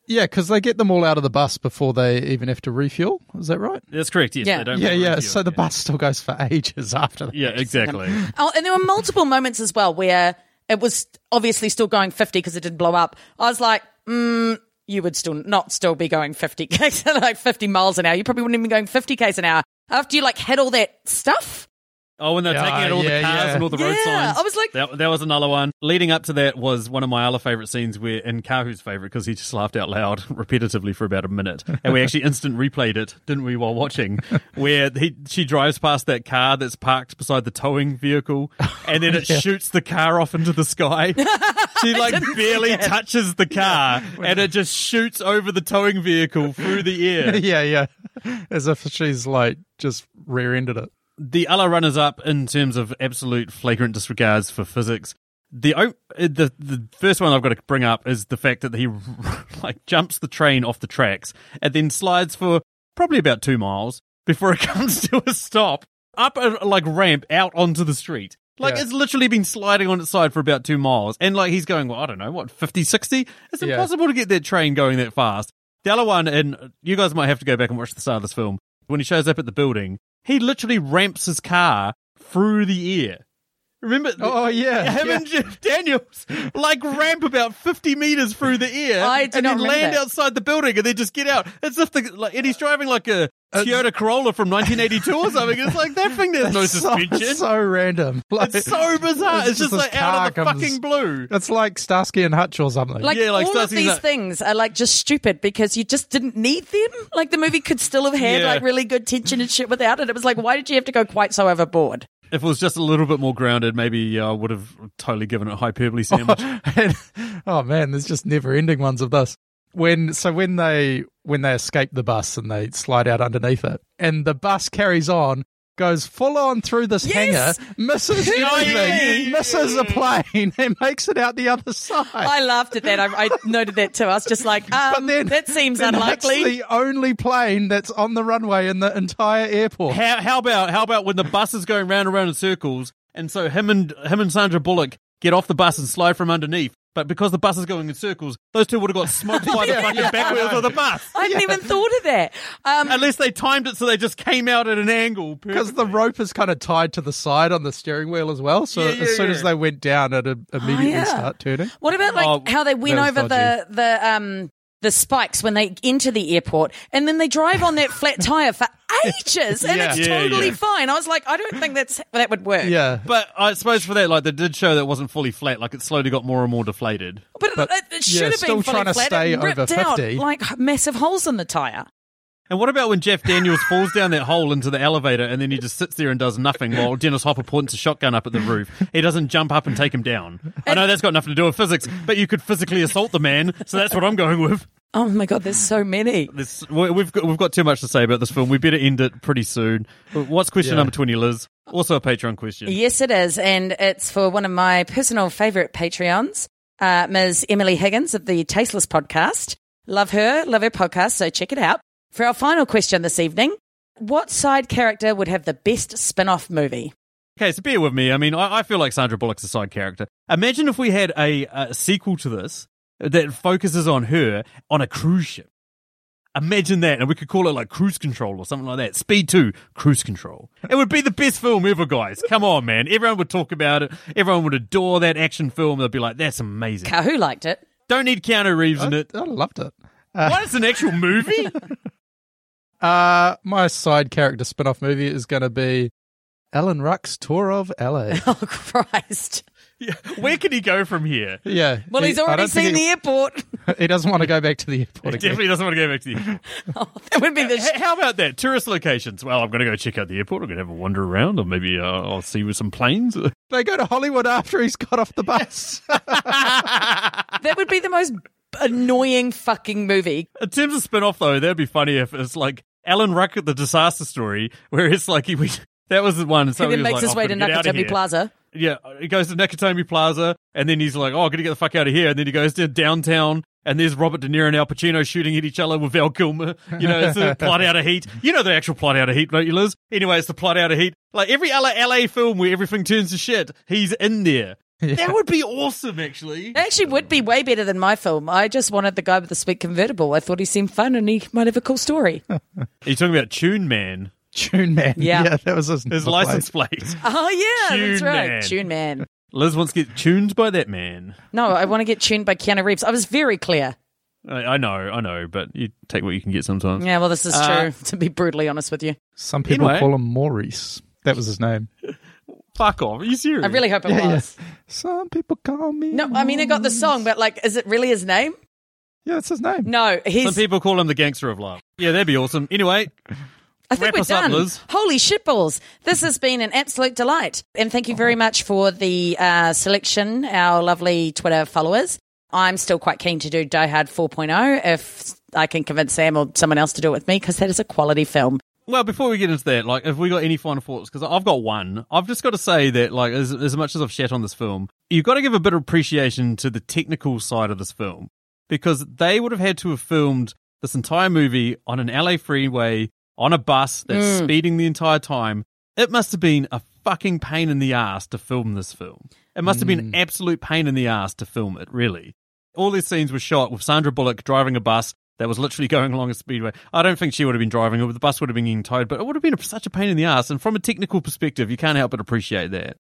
D: Yeah, because they get them all out of the bus before they even have to refuel. Is that right?
C: That's correct. Yes,
B: Yeah.
C: they don't
D: Yeah,
C: really
D: yeah.
C: do
D: So
C: it,
D: the
C: yeah.
D: bus still goes for ages after that.
C: Yeah, exactly.
B: Oh, and there were multiple moments as well where it was obviously still going 50 because it didn't blow up. I was like, mm, you would still not still be going 50 k's, like 50 miles an hour. You probably wouldn't even be going 50 k's an hour after you like hit all that stuff.
C: Oh, when they're
D: Yeah,
C: taking out all
D: yeah,
C: the cars
D: yeah.
C: and all the road
B: Yeah,
C: signs.
B: I was like-
C: that, that was another one. Leading up to that was one of my other favorite scenes where, and Kahu's favorite, because he just laughed out loud repetitively for about a minute, and we actually instant replayed it, didn't we, while watching? Where he she drives past that car that's parked beside the towing vehicle, and then it shoots the car off into the sky. She like barely touches the car, and it just shoots over the towing vehicle through the air.
D: yeah, yeah. As if she's like just rear-ended it.
C: the other runners up in terms of absolute flagrant disregards for physics. The o- uh, the the first one I've got to bring up is the fact that he like jumps the train off the tracks and then slides for probably about two miles before it comes to a stop up a like ramp out onto the street. Like
D: Yeah.
C: it's literally been sliding on its side for about two miles, and like he's going, well, I don't know, what 50, 60? It's
D: Yeah.
C: impossible to get that train going that fast. The other one, and you guys might have to go back and watch the start of this film. When he shows up at the building, he literally ramps his car through the air. Remember?
D: Oh, yeah,
C: him
D: yeah.
C: and Jeff Daniels like ramp about fifty meters through the air
B: I do
C: and
B: not
C: then
B: remember
C: land
B: that.
C: outside the building and then just get out. It's if the like, and he's driving like a Toyota Corolla from 1982 or something. It's like that thing. There's no
D: so,
C: suspension.
D: so random. Like,
C: It's so bizarre. It's,
D: it's
C: just
D: just
C: like
D: this
C: out of the
D: car comes-
C: fucking blue.
D: it's like Starsky and Hutch or something.
B: Like,
C: Yeah, like
B: all of
C: starting
B: these
C: that-
B: things are like just stupid because you just didn't need them. Like the movie could still have had
C: Yeah.
B: like really good tension and shit without it. It was like, why did you have to go quite so overboard?
C: If it was just a little bit more grounded, maybe I would have totally given it a hyperbole sandwich.
D: And- oh man, there's just never-ending ones of this. When so when they when they escape the bus and they slide out underneath it, and the bus carries on, goes full on through this
B: Yes!
D: hangar, misses
C: yeah,
D: everything,
C: yeah, yeah,
D: misses a plane, and makes it out the other side.
B: I laughed at that. I, I noted that too. I was just like, um, that seems
D: then
B: unlikely.
D: That's the only plane that's on the runway in the entire airport.
C: How, how about how about when the bus is going round and round in circles, and so him and him and Sandra Bullock get off the bus and slide from underneath. But because the bus is going in circles, those two would have got smoked by the fucking back wheels of the bus.
B: I hadn't even thought of that. Um,
C: Unless they timed it so they just came out at an angle.
D: Because the rope is kind of tied to the side on the steering wheel as well, so
C: Yeah, yeah,
D: as soon
C: yeah.
D: as they went down, it would immediately
B: Oh, yeah.
D: start turning.
B: What about like
C: Oh,
B: how they went
D: that was
B: over the the um the spikes when they enter the airport and then they drive on that flat tire for ages and
D: Yeah.
B: it's
C: Yeah,
B: totally
C: yeah.
B: fine. I was like, I don't think that's that would work.
D: Yeah,
C: But I suppose for that, like they did show that it wasn't fully flat. Like it slowly got more and more deflated.
B: But,
D: But,
B: it, it should
D: yeah,
B: have been
D: still
B: fully
D: trying to
B: flat.
D: stay
B: it ripped
D: over 50.
B: out like massive holes in the tire.
C: And what about when Jeff Daniels falls down that hole into the elevator and then he just sits there and does nothing while Dennis Hopper points a shotgun up at the roof? He doesn't jump up and take him down. I know that's got nothing to do with physics, but you could physically assault the man, so that's what I'm going with.
B: Oh my god, there's so many.
C: This, we- we've got, we've got too much to say about this film. We better end it pretty soon. What's question
D: Yeah.
C: number 20, Liz? Also a Patreon question.
B: Yes, it is, and it's for one of my personal favourite Patreons, uh, Ms. Emily Higgins of the Tasteless Podcast. Love her, love her podcast, so check it out. For our final question this evening, what side character would have the best spin off movie?
C: Okay, so bear with me. I mean, I, I feel like Sandra Bullock's a side character. Imagine if we had a, a sequel to this that focuses on her on a cruise ship. Imagine that, and we could call it like Cruise Control or something like that. Speed 2, Cruise Control. It would be the best film ever, guys. Come on, man. Everyone would talk about it. Everyone would adore that action film. They'd be like, that's amazing.
B: Kahu liked it.
C: Don't need Keanu Reeves in
D: I,
C: it.
D: I loved it.
C: What? It's an actual movie?
D: Uh, my side character spin off movie is going to be Alan Ruck's Tour of LA.
B: Oh, Christ.
C: Yeah. Where can he go from here?
D: Yeah.
B: Well, he's already seen the
D: the
B: airport.
D: the. He doesn't want to go back to the airport again.
C: Definitely doesn't want to go back to the
B: that would be the.
C: H- How about that? Tourist locations. Well, I'm going to go check out the airport. I'm going to have a wander around, or maybe uh, I'll see with some planes.
D: They go to Hollywood after he's got off the bus.
B: that would be the most annoying fucking movie.
C: In terms of spin off, though, that'd be funny if it's like Alan Ruck at the disaster story, where it's like he we, that was the one. So
B: He then
C: was
B: makes
C: like,
B: his
C: "Oh,
B: way
C: I've
B: to
C: gotta get out of
B: Nakatomi
C: here."
B: Plaza.
C: Yeah, uh, he goes to Nakatomi Plaza, and then he's like, "Oh, I'm going to get the fuck out of here." And then he goes to downtown. And there's Robert De Niro and Al Pacino shooting at each other with Val Kilmer. You know, it's the plot out of heat. You know the actual plot out of heat, don't you, Liz? Anyway, it's the plot out of heat. Like every LA, LA film where everything turns to shit, he's in there. That would be awesome, actually.
B: It actually would be way better than my film. I just wanted the guy with the sweet convertible. I thought he seemed fun and he might have a cool story.
C: Are you talking about Tune Man?
D: Tune Man.
B: Yeah.
D: that was his,
C: His
D: number
C: license
D: plate.
C: plate.
B: Oh, yeah, that's
C: Tune
B: right.
C: Man.
B: Tune Man.
C: Liz wants to get tuned by that man.
B: No, I want to get tuned by Keanu Reeves. I was very clear.
C: I, I know, I know, but you take what you can get sometimes.
B: Yeah, well, this is
C: Uh,
B: true, to be brutally honest with you.
D: Some people
C: Anyway.
D: call him Maurice. That was his name.
C: fuck off. Are you serious?
B: I really hope it
D: Yeah, yeah.
B: was.
D: Some people call me.
B: No, I mean, it got the song, but like, is it really his name?
D: Yeah, it's his name.
B: No,
C: Some
B: he's.
C: people call him the gangster of love. Yeah, that'd be awesome. Anyway,
B: I think
C: wrap
B: we're
C: us up,
B: done.
C: Liz.
B: Holy shitballs! This has been an absolute delight, and thank you very much for the uh, selection, our lovely Twitter followers. I'm still quite keen to do Die Hard 4.0 if I can convince Sam or someone else to do it with me because that is a quality film.
C: Well, before we get into that, like, have we got any final thoughts? Because I've got one. I've just got to say that, like, as, as much as I've shat on this film, you've got to give a bit of appreciation to the technical side of this film because they would have had to have filmed this entire movie on an LA freeway on a bus that's
B: Hmm.
C: speeding the entire time. It must have been a fucking pain in the ass to film this film. It must have been
B: Hmm.
C: an absolute pain in the ass to film it, really. All these scenes were shot with Sandra Bullock driving a bus that was literally going along a speedway. I don't think she would have been driving it, but the bus would have been getting towed, but it would have been such a pain in the ass. And from a technical perspective, you can't help but appreciate that.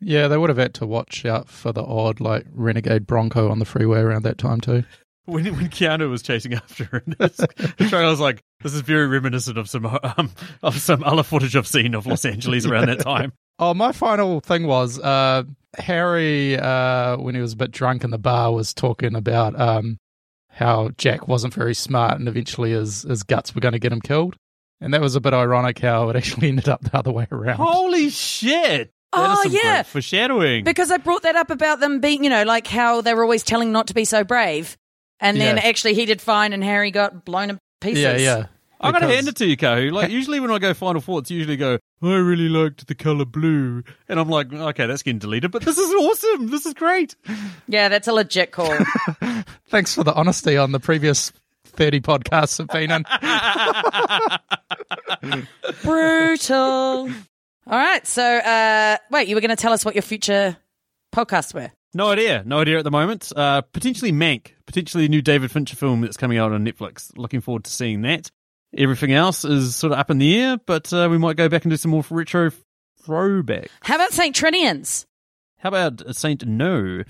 D: Yeah, they would have had to watch out for the odd, like, renegade Bronco on the freeway around that time, too.
C: When, when Keanu was chasing after her, in this, the trailer was like, "This is very reminiscent of some um, of some other footage I've seen of Los Angeles around that time."
D: Oh, my final thing was uh, Harry, uh, when he was a bit drunk in the bar, was talking about um, how Jack wasn't very smart and eventually his, his guts were going to get him killed. And that was a bit ironic how it actually ended up the other way around.
C: Holy shit! That is
B: Oh,
C: some
B: yeah.
C: great foreshadowing.
B: Because I brought that up about them being, you know, like how they were always telling not to be so brave, and then
D: Yeah.
B: actually he did fine, and Harry got blown to pieces.
D: yeah, yeah.
C: I'm gonna
D: Because-
C: hand it to you, Kahu. Like usually when I go final thoughts, you usually go, "I really liked the color blue," and I'm like, "Okay, that's getting deleted." But this is awesome. This is great.
B: yeah. That's a legit call.
D: Thanks for the honesty on the previous 30 podcasts I've been on.
B: Brutal. All right. So, uh, wait, you were going to tell us what your future podcasts were.
C: No idea. No idea at the moment. Uh, potentially Mank. Potentially a new David Fincher film that's coming out on Netflix. Looking forward to seeing that. Everything else is sort of up in the air, but uh, we might go back and do some more retro throwback.
B: How about St. Trinians?
C: How about Saint No?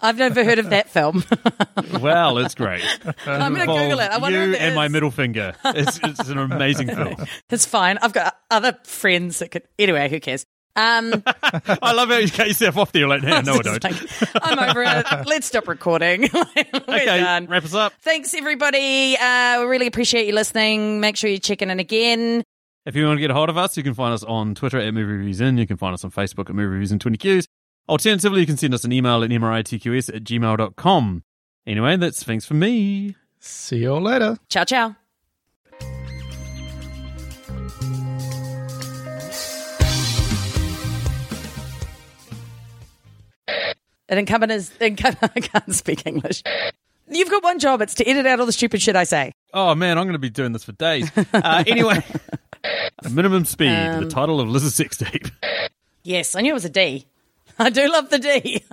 B: I've never heard of that film.
C: well, it's great.
B: I'm going to Google it. I wonder
C: you
B: if it
C: and my
B: is.
C: middle finger. It's, it's an amazing film.
B: It's fine. I've got other friends that could. Anyway, who cares? Um,
C: I love how you cut yourself off there. You're Like, "Nah, no, I don't.
B: I'm over it. Let's stop recording. We're
C: okay,
B: done.
C: wrap us up.
B: Thanks, everybody. Uh, we really appreciate you listening. Make sure you check in again.
C: If you want to get a hold of us, you can find us on Twitter at Movie Reviews In. You can find us on Facebook at Movie Reviews In 20Qs. Alternatively, you can send us an email at mritqs at gmail.com. Anyway, that's things for me.
D: See you all later.
B: Ciao, ciao. An incumbent is incumbent. I can't speak English. You've got one job. It's to edit out all the stupid shit I say.
C: Oh, man, I'm going to be doing this for days. Uh, anyway, Minimum Speed, the title of Liz's sex tape.
B: Yes, I knew it was a D. I do love the D.